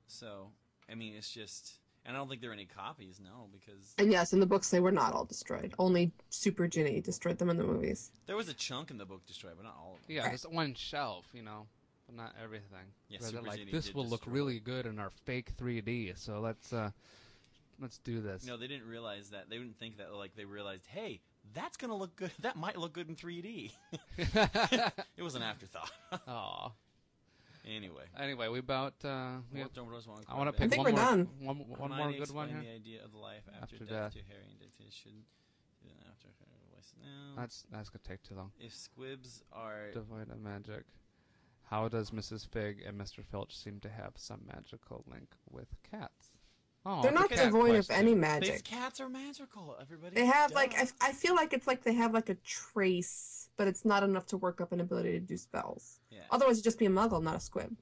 G: So I mean, it's just, and I don't think there are any copies no, because
H: And yes, in the books they were not all destroyed. Only Super Ginny destroyed them in the movies.
G: there was a chunk in the book destroyed, but not all of them.
F: Yeah, just one shelf, you know, but not everything.
G: Yeah,
F: Where they're
G: Super
F: like
G: Genie
F: this
G: did
F: will look
G: destroy
F: really good in our fake 3D, so let's uh, let's do this.
G: No, <laughs> they didn't realize that. They didn't think that. Like they realized, hey, that's gonna look good. <laughs> That might look good in 3D. it was an afterthought.
F: <laughs>
G: <laughs>
F: Aw.
G: anyway,
F: Anyway, we about uh, we have,
G: Voldemort was one
F: I
G: quarterback.
F: want to pick
H: think
F: one
H: we're
F: more
H: done.
F: one, one more
G: Hermione
F: good one
G: explained
F: here.
G: The idea of life after,
F: After
G: death,
F: death.
G: to Harry and dictated shouldn't even after her voice now.
F: That's that's gonna take too long.
G: if squibs are
F: Devoid of magic. How does Mrs. Fig and Mr. Filch seem to have some magical link with cats? Oh,
H: They're
F: the
H: not
F: cat
H: devoid of
F: question.
H: any
G: these
H: magic.
G: cats are magical, everybody.
H: They have
G: Duh.
H: like I, I feel like it's like they have like a trace, but it's not enough to work up an ability to do spells.
G: Yeah.
H: Otherwise, you'd just be a muggle, not a squib.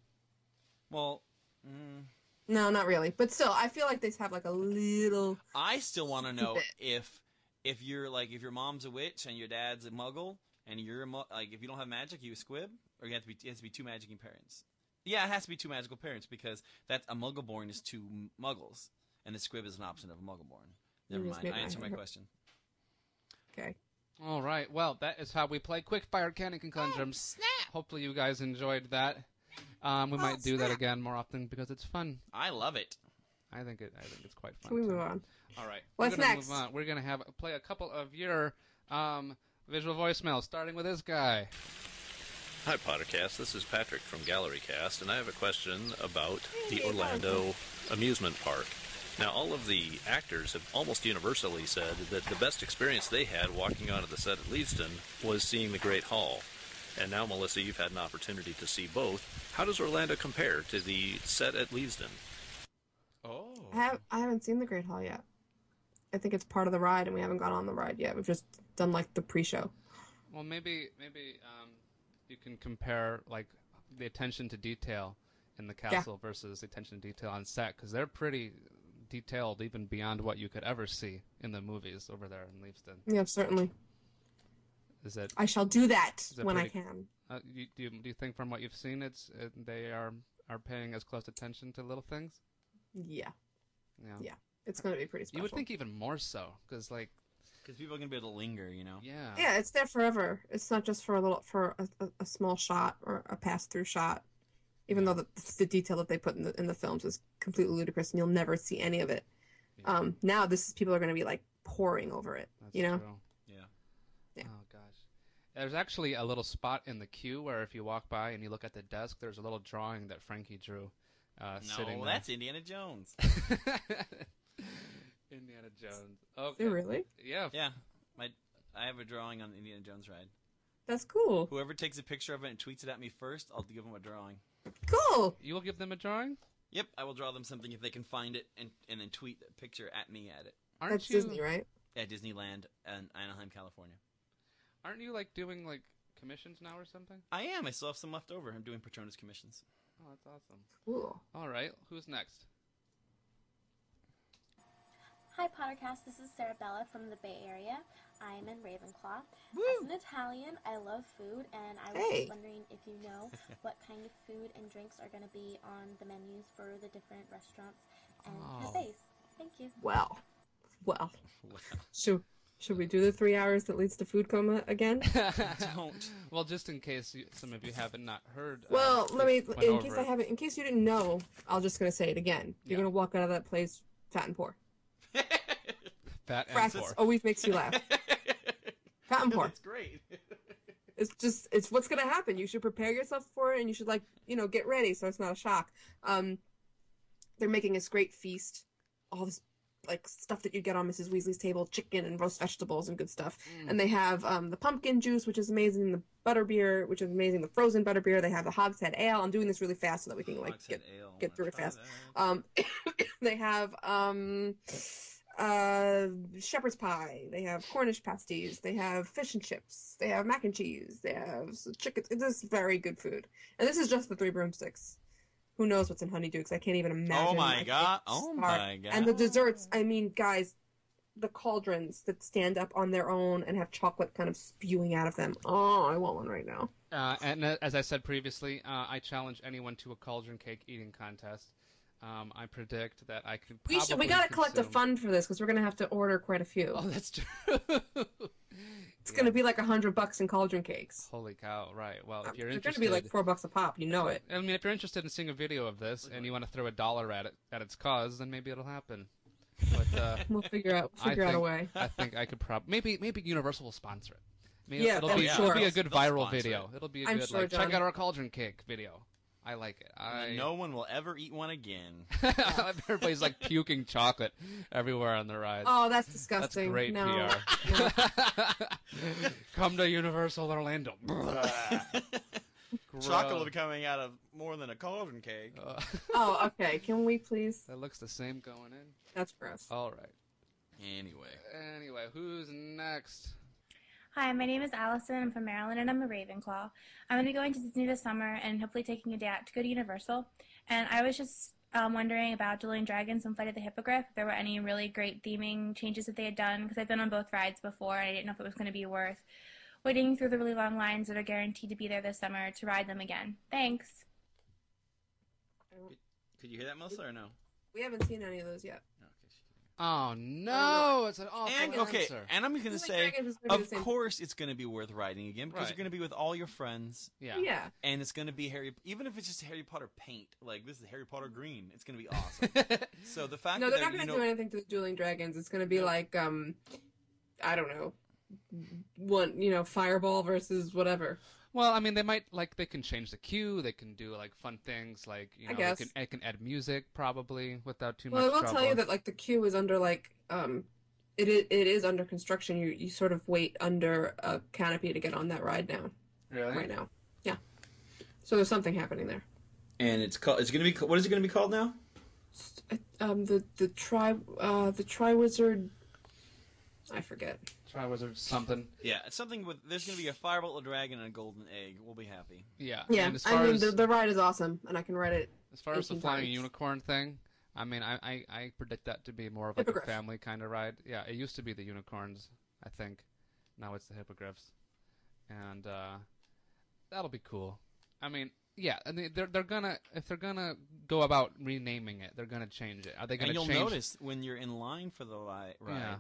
G: well, mm,
H: No, not really. But still, I feel like they have like a little.
G: I still want
H: <laughs>
G: to know
H: Stupid.
G: if if you're like if your mom's a witch and your dad's a muggle and you're a mu- like if you don't have magic, you a squib, or you have to be it has to be two magic parents. Yeah, it has to be two magical parents because that's a muggle born is two m- muggles, and the squib is an option of a muggle born. Never
H: You just
G: mind.
H: made
G: I
H: my
G: answered
H: <laughs>
G: my
H: head hurt.
G: question.
H: Okay.
F: All right. Well, that is how we play Quickfire Canon Conundrums. Hopefully, you guys enjoyed that. Um, we might do that again more often because it's fun.
G: I love it.
F: I think it. I think it's quite fun.
H: Can we
F: too.
H: move on?
F: All right.
H: What's
F: We're gonna
H: next?
F: Move on. We're gonna have play a couple of your um, visual voicemails, starting with this guy.
I: Hi, Pottercast. This is Patrick from GalleryCast, and I have a question about the Orlando amusement park. Now, all of the actors have almost universally said that the best experience they had walking onto the set at Leedston was seeing the Great Hall. And now, Melissa, you've had an opportunity to see both. How does Orlando compare to the set at Leedston?
G: Oh,
H: I have I haven't seen the Great Hall yet. I think it's part of the ride, and we haven't gone on the ride yet. We've just done like the pre-show.
F: Well, maybe maybe um, you can compare like the attention to detail in the castle versus the attention to detail on set because they're pretty detailed, even beyond what you could ever see in the movies over there in Leavesden.
H: Yeah, certainly.
F: Is it?
H: I shall do that
F: that
H: when I
F: pretty-
H: can.
F: Uh, you, do, you, do you think from what you've seen, it's uh, they are are paying as close attention to little things?
H: Yeah,
F: Yeah.
H: yeah. It's going to be pretty special.
F: You would think even more so, because like,
G: because people are gonna be able to linger, you know.
F: yeah,
H: Yeah, it's there forever. It's not just for a little for a, a, a small shot or a pass through shot. even though the, the detail that they put in the in the films is completely ludicrous, and you'll never see any of it.
F: Yeah.
H: Um, now this is people are going to be like pouring over it.
F: That's
H: you know,
F: true.
G: Yeah.
H: Yeah.
F: Oh gosh. There's actually a little spot in the queue where if you walk by and you look at the desk, there's a little drawing that Frankie drew uh, sitting
G: No,
F: there.
G: that's Indiana <laughs> Jones.
F: <laughs> Indiana Jones. Okay.
H: They Oh, really?
F: Yeah.
G: yeah, my I have a drawing on the Indiana Jones ride.
H: That's cool.
G: Whoever takes a picture of it and tweets it at me first, I'll give them a drawing.
H: Cool.
F: You will give them a drawing?
G: Yep, I will draw them something if they can find it and and then tweet a picture at me at it
F: Aren't
H: That's
F: you
H: Disney, right?
G: at Disneyland and Anaheim, California.
F: aren't you like doing like commissions now or something?
G: I am. I still have some left over. I'm doing Patronus <laughs> commissions.
F: Oh, that's awesome.
H: Cool.
F: All right, who's next?
D: Hi, Pottercast. This is Sarah Bella from the Bay Area. I am in Ravenclaw. As an Italian, I love food, and I was
H: Hey.
D: just wondering if you know what kind of food and drinks are going to be on the menus for the different restaurants and
F: Oh.
D: cafes. Thank you.
H: Well,
F: <laughs>
H: well. Should should we do the three hours that leads to food coma
F: <laughs>
H: again?
G: <laughs> Don't.
F: Well, just in case you, some of you haven't not heard. uh,
H: Well, let me.
F: we went
H: In
F: over
H: case
F: it.
H: I haven't, in case you didn't know, I'm just gonna say it again.
F: Yeah.
H: You're gonna walk out of that place fat and poor.
F: Fat and
H: Francis
F: poor.
H: always makes you
F: <laughs>
H: laugh. fat and poor.
G: That's great.
H: It's just it's what's gonna happen. You should prepare yourself for it, and you should like you know get ready so it's not a shock. Um, they're making this great feast, all this like stuff that you get on Mrs. Weasley's table, chicken and roast vegetables and good stuff.
G: Mm.
H: And they have um, the pumpkin juice, which is amazing, the butterbeer, which is amazing, the frozen butterbeer. They have the Hogshead ale. I'm doing this really fast so that we can like
G: Oh, Hogshead
H: get
G: ale.
H: get
G: Wanna
H: through it
G: try
H: fast.
G: that?
H: Um, <coughs> they have um, uh, shepherd's pie. They have Cornish pasties. They have fish and chips. They have mac and cheese. They have s- chicken. This is very good food, and this is just the three broomsticks. Who knows what's in honeydukes? I can't even imagine.
G: Oh my
H: like,
G: god.
H: what's
G: Oh
H: are-
G: my god.
H: And the desserts. I mean, guys, the cauldrons that stand up on their own and have chocolate kind of spewing out of them. Oh, I want one right now.
F: Uh, and uh, as I said previously, uh, I challenge anyone to a cauldron cake eating contest. Um, I predict that I could.
H: We should. We
F: probably
H: gotta collect a
F: consume-
H: fund for this because we're gonna have to order quite a few.
F: Oh, that's true. <laughs>
H: It's gonna be like a hundred bucks in cauldron cakes.
F: Holy cow! Right. Well, if you're
H: They're gonna
F: interested,
H: be like four bucks a pop. You know it.
F: I mean, if you're interested in seeing a video of this and you want to throw a dollar at it at its cause, then maybe it'll happen.
H: <laughs>
F: But uh,
H: We'll figure out. We'll
F: I
H: figure out a
F: think-
H: way.
F: I think I could probably maybe maybe Universal will sponsor it. Maybe
H: Yeah,
F: it'll
H: I'm
F: be
H: sure.
F: it'll be a good
G: They'll
F: viral
G: sponsor
F: video. It'll be a
H: I'm
F: good
H: sure,
F: like check
H: John.
F: out our cauldron cake video. I like it.
G: And
F: I
G: no one will ever eat one <laughs> again.
F: <laughs> everybody's like puking chocolate everywhere on the ride.
H: Oh, that's
F: That's
H: disgusting.
F: great
H: no.
F: PR. <laughs> Come to Universal Orlando. <laughs>
G: Ah. <laughs> Chocolate will be coming out of more than a cauldron cake.
F: Uh,
H: <laughs> oh, okay. Can we please?
F: that looks the same going in.
H: That's gross.
F: All right.
G: Anyway.
F: Anyway, who's next?
J: Hi, my name is Allison. I'm from Maryland and I'm a Ravenclaw. I'm going to be going to Disney this summer and hopefully taking a day out to go to Universal. And I was just um, wondering about Dueling Dragons and Flight of the Hippogriff, if there were any really great theming changes that they had done, because I've been on both rides before and I didn't know if it was going to be worth waiting through the really long lines that are guaranteed to be there this summer to ride them again. Thanks.
G: Could you hear that, Melissa, or no?
H: We haven't seen any of those yet.
G: No, okay, she-
F: Oh no, it's an awful
G: And okay,
F: answer.
G: and I'm gonna
H: Like
G: say,
H: dragons is gonna be
G: of
H: the same.
G: course, it's gonna be worth riding again because
F: Right.
G: you're gonna be with all your friends,
F: yeah.
H: Yeah.
G: and it's gonna be Harry. Even if it's just Harry Potter paint, like this is Harry Potter green, it's gonna be awesome. so the fact
H: No,
G: that
H: they're not
G: you
H: gonna
G: know,
H: do anything to the dueling dragons. It's gonna be like um, I don't know, one you know, fireball versus whatever.
F: <laughs> Well, I mean, they might like they can change the cue. They can do like fun things, like you
H: I
F: know,
H: guess.
F: They, can, they can add music probably without too
H: Well, I
F: much
H: will
F: trouble.
H: tell you that like the queue is under like um, it i- it is under construction. You you sort of wait under a canopy to get on that ride now.
F: Really?
H: Right now, yeah. So there's something happening there.
G: and it's called. It's gonna be. ca- What is it gonna be called now?
H: Um, the the tri uh the tri wizard. I forget.
F: Try wizard something.
G: Yeah, it's something with. There's gonna be a fireball, a dragon, and a golden egg. We'll be happy.
F: Yeah.
H: Yeah,
F: And as far
H: I mean
F: as
H: the, the ride is awesome, and I can ride it.
F: as far as the
H: 18
F: flying
H: times.
F: unicorn thing, I mean, I, I I predict that to be more of like
H: Hippogriff.
F: a family kind of ride. Yeah, it used to be the unicorns, I think. Now it's the hippogriffs, and uh, that'll be cool. I mean. Yeah, and they- they're they're gonna if they're gonna go about renaming it, they're gonna change it. Are they gonna
G: and you'll
F: change
G: notice when you're in line for the li- ride,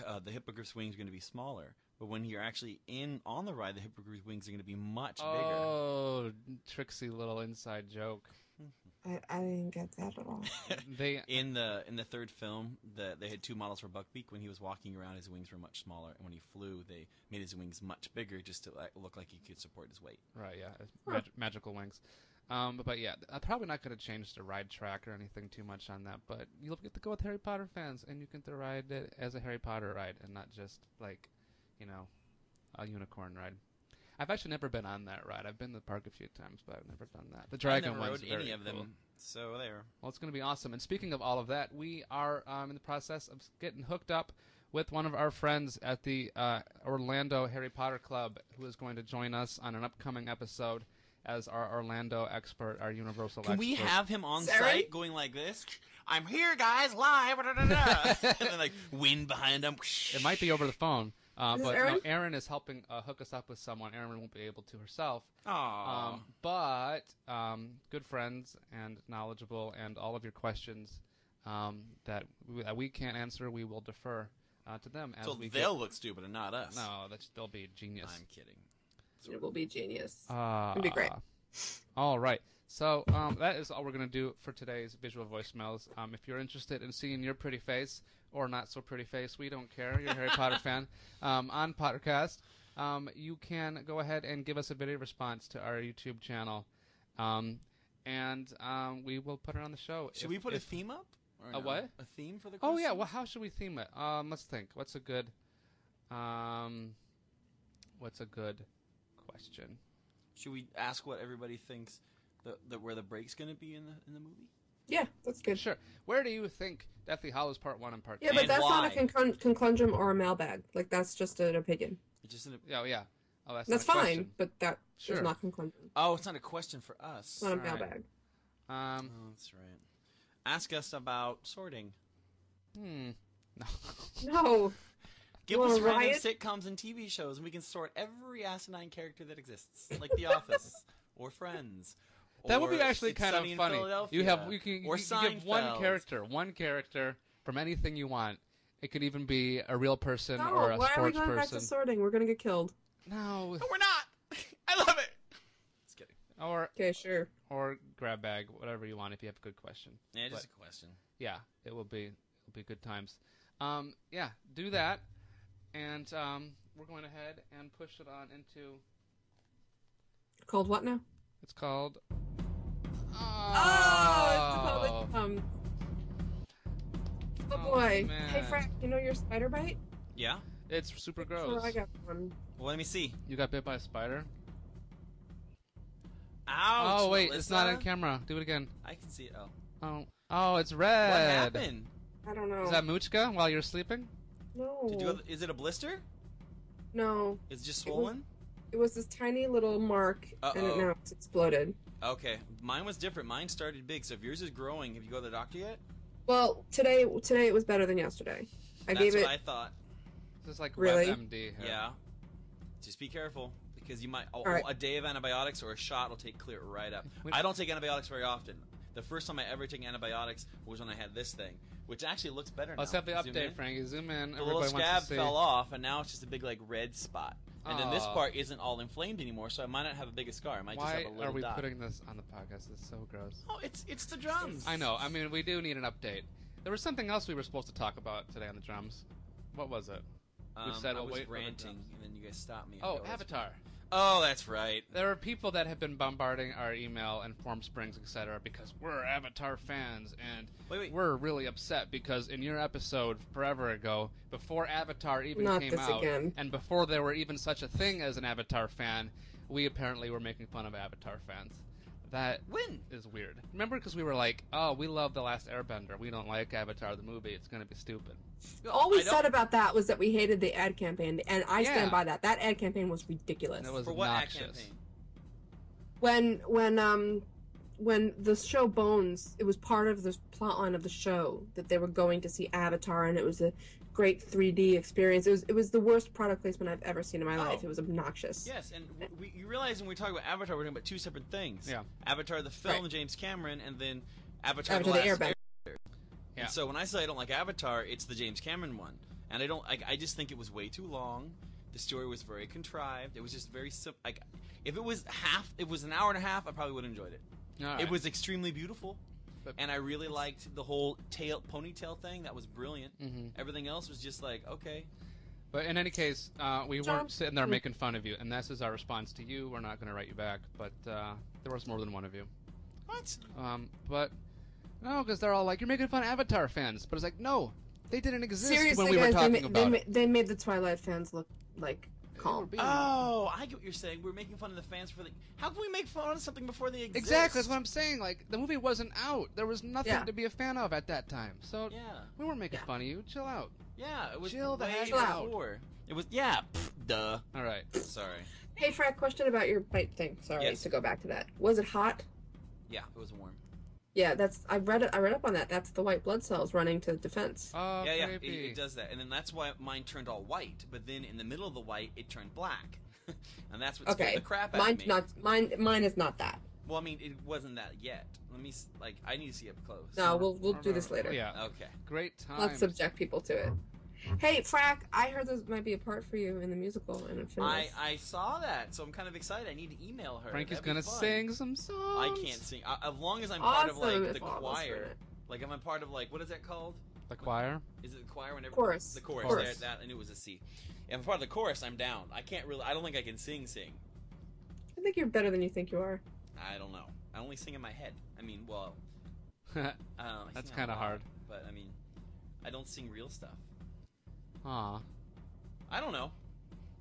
F: Yeah.
G: uh, the hippogriff's wing's gonna be smaller. But But when you're actually in on the ride, the hippogriff's wings are going to be much
F: Oh, tricksy little inside joke.
H: I, I didn't get that at all.
F: They
G: bigger. In the in the third film, the, they had two models for Buckbeak. When he was walking around, his wings were much smaller, and when he flew, they made his wings much bigger just to like, look like he could support his weight.
F: Right, yeah, it's mag- magical wings. Um, but, but yeah, I'm probably not going to change the ride track or anything too much on that. But you'll get to go with Harry Potter fans, and you can to ride it as a Harry Potter ride, and not just like, you know, a unicorn ride. I've actually never been on that ride. I've been to the park a few times, but I've never done that. The dragon
G: I never
F: one's
G: rode any
F: very
G: of them,
F: cool.
G: so there.
F: Well, it's going to be awesome. And speaking of all of that, we are um, in the process of getting hooked up with one of our friends at the uh, Orlando Harry Potter Club, who is going to join us on an upcoming episode as our Orlando expert, our Universal
G: Can
F: expert.
G: we have him on
H: Sorry?
G: site going like this? I'm here, guys, live. da, da, <laughs> da, da." and then like wind behind him.
F: It might be over the phone. Uh,
H: Is this
F: but Erin
H: Erin?
F: Aaron is helping uh, hook us up with someone. Erin won't be able to herself.
G: Aw.
F: Um, but um, good friends and knowledgeable, and all of your questions um, that, we, that we can't answer, we will defer uh, to them. As
G: so
F: we
G: they'll
F: get-
G: look stupid and not us.
F: No, that's they'll be genius.
G: I'm kidding.
H: <laughs> It will be genius.
F: Ah,
H: It'd be great.
F: All right. So um, that is all we're gonna do for today's visual voicemails. Um, if you're interested in seeing your pretty face or not so pretty face, we don't care. You're a
H: <laughs>
F: Harry Potter fan um, on Pottercast. Um, you can go ahead and give us a video response to our YouTube channel, um, and um, we will put it on the show.
G: Should
F: If-
G: we put
F: if-
G: a theme up? Or
F: A what?
G: A theme for the
F: Oh
G: question?
F: yeah. Well, how should we theme it? Um, let's think. What's a good, um, what's a good question?
G: Should we ask what everybody thinks the, the where the break's going to be in the in the movie?
H: Yeah, that's good.
F: Sure. Where do you think Deathly Hollows Part One and Part
H: Yeah,
F: Two?
H: but
G: And
H: that's not a
G: why?
H: concon- conclundrum or a mailbag. Like that's just an opinion.
G: It's just an,
F: Yeah, oh, yeah. Oh, that's,
H: That's
F: not a
H: fine,
F: question.
H: but that is
F: Sure.
H: not conclundrum.
G: oh, it's not a question for us.
H: It's not a
F: Alright.
H: mailbag.
F: Um,
G: Oh, that's right. Ask us about sorting.
F: hmm.
G: <laughs>
F: No. <laughs>
H: No,
G: Give
H: wanna
G: us random
H: riot?
G: sitcoms and TV shows, and we can sort every asinine character that exists, like The Office or Friends.
F: that would be
G: or
F: actually
G: It's
F: kind of
G: Sunny in
F: funny.
G: Philadelphia,
F: You have you can,
G: or
F: you can give one
G: Seinfeld.
F: character, one character from anything you want. It could even be a real person
H: no.
F: or a
H: Why
F: sports
H: are we going back
F: person.
H: to sorting? We're gonna get killed.
F: no,
G: No, we're not. <laughs> I love it. Just kidding.
F: or
H: Okay, sure.
F: or grab bag, whatever you want. If you have a good question,
G: Yeah,
F: just
G: just a question.
F: yeah, it will be it'll be good times. Um, yeah, do that, and um, we're going ahead and push it on into.
H: Called what now?
F: It's called. Oh,
H: Oh, it's the public. Um, oh
F: Oh,
H: boy. hey
F: man.
H: Frank, you know your spider bite?
G: Yeah.
F: It's super
H: Sure,
F: gross.
H: I got one.
G: Well, let me see.
F: You got bit by a spider.
G: Ouch.
F: oh wait, it's not on
G: Melissa.
F: camera. Do it again.
G: I can see it. Oh.
F: Oh, oh, it's red.
G: What happened?
H: I don't know.
F: Is that Muchka while you're sleeping?
H: no.
G: Did you go, is it a blister?
H: No,
G: Is it just
H: It was-
G: swollen?
H: it was this tiny little mark, and it
G: Uh-oh.
H: now it's exploded.
G: Okay. Mine was different. Mine started big. So if yours is growing, have you go to the doctor yet?
H: Well, today today it was better than yesterday. I
G: That's
H: gave
G: what
H: it.
G: I thought.
F: This is like
H: Really?
F: WebMD. here.
G: Yeah. Just be careful because you might. Oh,
H: right.
G: A day of antibiotics or a shot will take clear it right up.
F: We-
G: I don't take antibiotics very often. The first time I ever took antibiotics was when I had this thing, which actually looks better
F: Let's
G: now.
F: have the
G: Zoom
F: update,
G: in.
F: Frankie. Zoom in.
G: The little
F: Everybody
G: scab
F: wants to see.
G: fell off, and now it's just a big like red spot. And then this
F: Aw.
G: part isn't all inflamed anymore, so I might not have a big scar. I might just
F: Why
G: have a little
F: are we
G: dot.
F: putting this on the podcast? It's so gross.
G: Oh, it's it's the drums.
F: I know. I mean, we do need an update. There was something else we were supposed to talk about today on the drums. What was it?
G: Um,
F: said
G: I
F: we'll
G: was
F: wait for the
G: ranting,
F: drums.
G: and then you guys stopped me.
F: Oh,
G: That's-
F: Avatar.
G: Oh, that's right.
F: There are people that have been bombarding our email and Form Springs, etc., because we're Avatar fans and
G: Wait, wait.
F: we're really upset because in your episode forever ago, before Avatar even
H: Not
F: came
H: this
F: out,
H: again.
F: and before there were even such a thing as an Avatar fan, we apparently were making fun of Avatar fans. That
G: When?
F: is weird. Remember, because we were like, "Oh, we love the Last Airbender. We don't like Avatar the movie. It's going to be stupid."
H: All we
G: I don't-
H: said about that was that we hated the ad campaign, and I
F: Yeah.
H: stand by that. That ad campaign was ridiculous.
F: And it was
G: for what ad
F: obnoxious.
G: campaign?
H: when when um when the show Bones, it was part of the plot line of the show that they were going to see Avatar, and it was a great 3D experience. It was it was the worst product placement I've ever seen in
G: Oh.
H: my life. It was obnoxious.
G: Yes, and w- we, you realize when we talk about Avatar, we're talking about two separate things.
F: Yeah.
G: Avatar the film,
H: Right.
G: James Cameron, and then Avatar,
H: Avatar
G: the
H: the
G: Last
H: Airbender.
F: Yeah.
G: And so when I say I don't like Avatar, it's the James Cameron one, and I don't. I, I just think it was way too long. The story was very contrived. It was just very simple. Like, if it was half, if it was an hour and a half, I probably would have enjoyed it.
F: All right.
G: It was extremely beautiful,
F: But-
G: and I really liked the whole tail ponytail thing. That was brilliant.
F: Mhm.
G: Everything else was just like, okay,
F: But in any case, uh, we
H: John-
F: weren't sitting there making fun of you, and this is our response to you. We're not going to write you back, but uh, there was more than one of you.
G: what?
F: Um, but no, because they're all like, "You're making fun of Avatar fans," but it's like, no, they didn't exist
H: Seriously,
F: when we
H: guys,
F: were talking
H: they, ma-
F: about
H: they, ma-
F: it.
H: they made the Twilight fans look like calm.
F: They were being-
G: Oh, I get what you're saying. We're making fun of the fans for the. How can we make fun of something before they exist?
F: exactly. That's what I'm saying. Like the movie wasn't out. There was nothing
H: Yeah.
F: to be a fan of at that time. So
G: Yeah,
F: we weren't making
H: Yeah.
F: fun of you. Chill out.
G: yeah. It was
F: Chill the
G: way
F: heck
H: out.
G: before. It was yeah. Pff, duh.
F: All right.
G: Sorry.
H: Hey, Frank, question about your bite thing. Sorry
G: Yes.
H: to go back to that. Was it hot?
G: Yeah, it was warm.
H: Yeah, that's I read it. I read up on that. That's the white blood cells running to the defense.
F: Oh,
G: yeah, yeah. It,
F: creepy.
G: it does that, and then that's why mine turned all white. But then in the middle of the white, it turned black, <laughs> and that's what scared
H: okay,
G: the crap out
H: mine
G: of me.
H: not mine. Mine is not that.
G: Well, I mean, it wasn't that yet. Let me s- like, I need to see up close.
H: No, we'll we'll do this
F: Oh,
H: later.
F: Yeah.
G: Okay.
F: Great time.
H: Let's subject people to it. Hey, Frack, I heard this might be a part for you in the musical in
G: I
H: Infinity.
G: I saw that, so I'm kind of excited. I need to email her.
F: Frankie's
G: That'd be
F: gonna
G: fun.
F: sing some songs.
G: I can't sing. I, as long as I'm part
H: awesome.
G: of like the
H: if all of us were in
G: choir,
H: it.
G: like if I'm part of like what is that called?
F: The choir. <laughs>
G: Is it the choir? Whenever
H: Chorus.
G: The chorus.
H: Chorus.
G: There, that I knew it was a C. If I'm part of the chorus, I'm down. I can't really. I don't think I can sing. Sing.
H: I think you're better than you think you are.
G: I don't know. I only sing in my head. I mean, well,
F: Aw.
G: I don't know, I
F: That's
G: sing out
F: kinda
G: loud,
F: hard.
G: But I mean, I don't sing real stuff. I don't know.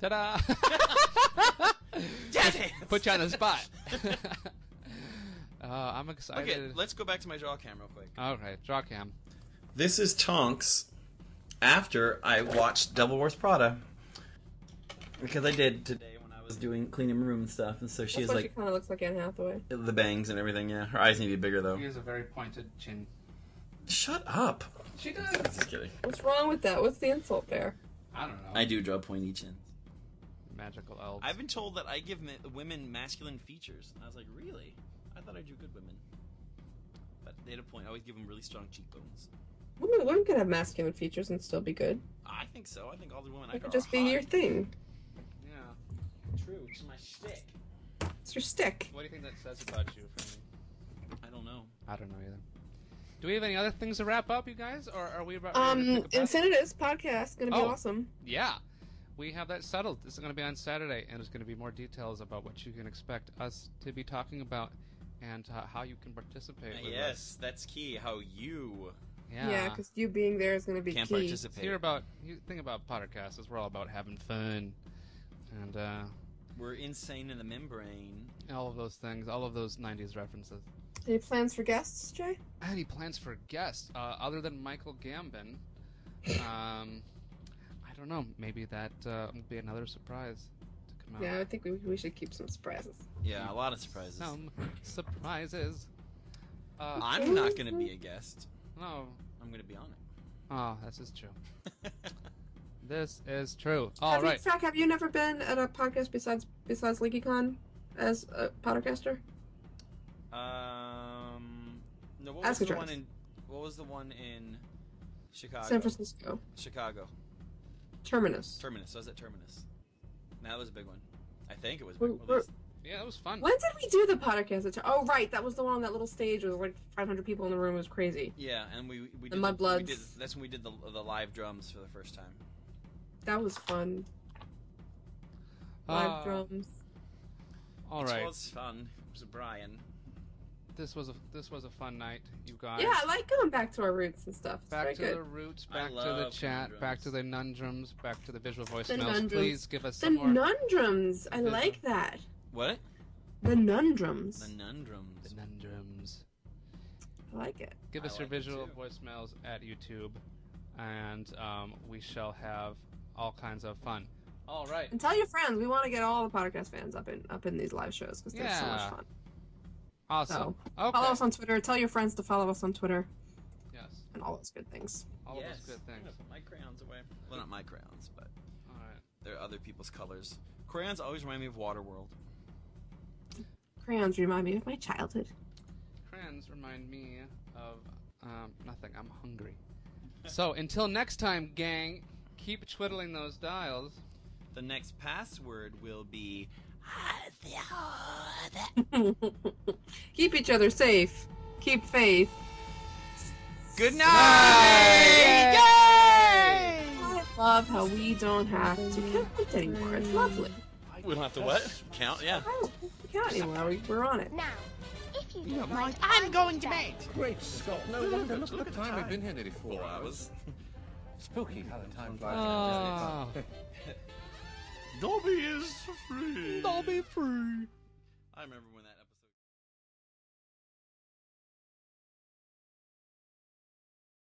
F: Ta-da! <laughs>
G: Damn it! <laughs>
F: Put you on the spot. <laughs> uh, I'm excited.
G: okay, let's go back to my draw cam real quick.
F: Okay, draw cam.
G: This is Tonks after I watched Devil Wars Prada. Because I did today when I was doing cleaning room and stuff, and so she
H: That's
G: has
H: why
G: like
H: she kind of looks like Anne Hathaway.
G: the bangs and everything. Yeah, her eyes need to be bigger though.
F: He has a very pointed chin.
G: Shut up!
F: She does.
G: Just kidding.
H: What's wrong with that? What's the insult there?
F: I don't know.
G: I do draw pointy chins.
F: Magical elves.
G: I've been told that I give ma- women masculine features. And I was like, really? I thought I drew good women. But they had a point. I always give them really strong cheekbones.
H: Women, women could have masculine features and still be good.
G: I think so. I think all the women I
H: It
G: draw
H: could just
G: are
H: be
G: hot.
H: your thing.
F: yeah.
G: True. It's my shtick.
H: It's your stick.
F: What do you think that says about you, Frankie?
G: I don't know.
F: I don't know either. Do we have any other things to wrap up, you guys, or are we about ready to
H: Um,
F: pick a pod-
H: Infinitus podcast gonna be
F: Oh.
H: awesome.
F: Yeah. We have that settled. This is going to be on Saturday, and there's going to be more details about what you can expect us to be talking about and uh, how you can participate. with us.
G: Uh, Yes, that's key. How you
F: Yeah.
H: Yeah, because you being there is gonna be
G: can
H: key.
F: Let's
G: participate.
F: hear about you think about Pottercast is we're all about having fun and uh,
G: We're insane in the membrane.
F: all of those things, all of those '90s references.
H: Any plans for guests, Jay?
F: Any plans for guests uh, other than Michael Gambon? Um, I don't know. Maybe that uh, will be another surprise to come out.
H: Yeah, I think we, we should keep some surprises.
G: Yeah, a lot of surprises.
H: Oh,
F: Some surprises. Uh,
G: I'm not going to be a guest.
F: no.
G: I'm going to be on
F: Oh, this is
G: <laughs>
F: true.
G: it.
F: This is true. All
H: have
F: right.
H: You, Frack, have you never been at a podcast besides besides LinkyCon as a podcaster?
G: um, no, what was
H: Ask
G: the
H: Jonas.
G: one in? What was the one in Chicago?
H: San Francisco.
G: Chicago.
H: Terminus.
G: Terminus. I was at Terminus. Now that was a big one. I think it was. a
H: We're-
G: Big. Well,
H: we're-
G: that's-
F: Yeah, that was fun.
H: When did we do the podcast? at Ter- oh, right. That was the one on that little stage with like 500 people in the room. It was crazy.
G: yeah, and we we did we
H: Mudbloods.
G: did- That's when we did the the live drums for the first time.
H: That was fun. Live
F: Uh,
H: drums.
F: all
G: It
F: right.
G: was fun. It was Brian.
F: This was a this was a fun night, you guys.
H: yeah, I like going back to our roots and stuff. It's very
F: Back to
H: good.
F: the roots,
G: I
F: back to the
G: love
F: chat, back to
G: conundrums.
F: the nundrums, back to the visual voicemails.
H: nundrums.
F: Please give us
H: The
F: some more.
H: nundrums. I
F: Yeah.
H: like that.
G: What?
H: The nundrums.
G: The Nundrums.
F: the nundrums.
H: I like it.
F: Give
G: I
F: us your
G: like it
F: visual
G: too.
F: voicemails at YouTube, and um, we shall have all kinds of fun. All right.
H: And tell your friends. We want to get all the podcast fans up in up in these live shows because they're so
F: Yeah.
H: much fun.
F: Awesome.
H: Follow
F: Okay.
H: us on Twitter. Tell your friends to follow us on Twitter
F: Yes.
H: and all those good things.
F: All
G: yes.
F: of those good
G: I'm
F: things.
G: gonna put my crayons away. Well, not my crayons, but
F: All right.
G: they're other people's colors. Crayons always remind me of Waterworld.
H: Crayons remind me of my childhood. <laughs>
F: Crayons remind me of um, nothing. I'm hungry. so until next time, gang, keep twiddling those dials.
G: the next password will be.
H: Keep each other safe. Keep faith.
G: Good night! Yay!
H: I love how we don't have to count anymore. It's lovely.
G: We don't have to what? Count? Yeah.
H: I don't think we count anymore. We- We're on it.
B: Now, if you don't mind, I'm going to bed.
A: Great Scott, no longer. Look, at the time. We've been here nearly four,
G: Four
A: hours.
G: hours.
A: Spooky how the time flies.
F: Oh.
G: Dobby is free.
F: I'll be free.
G: I remember when that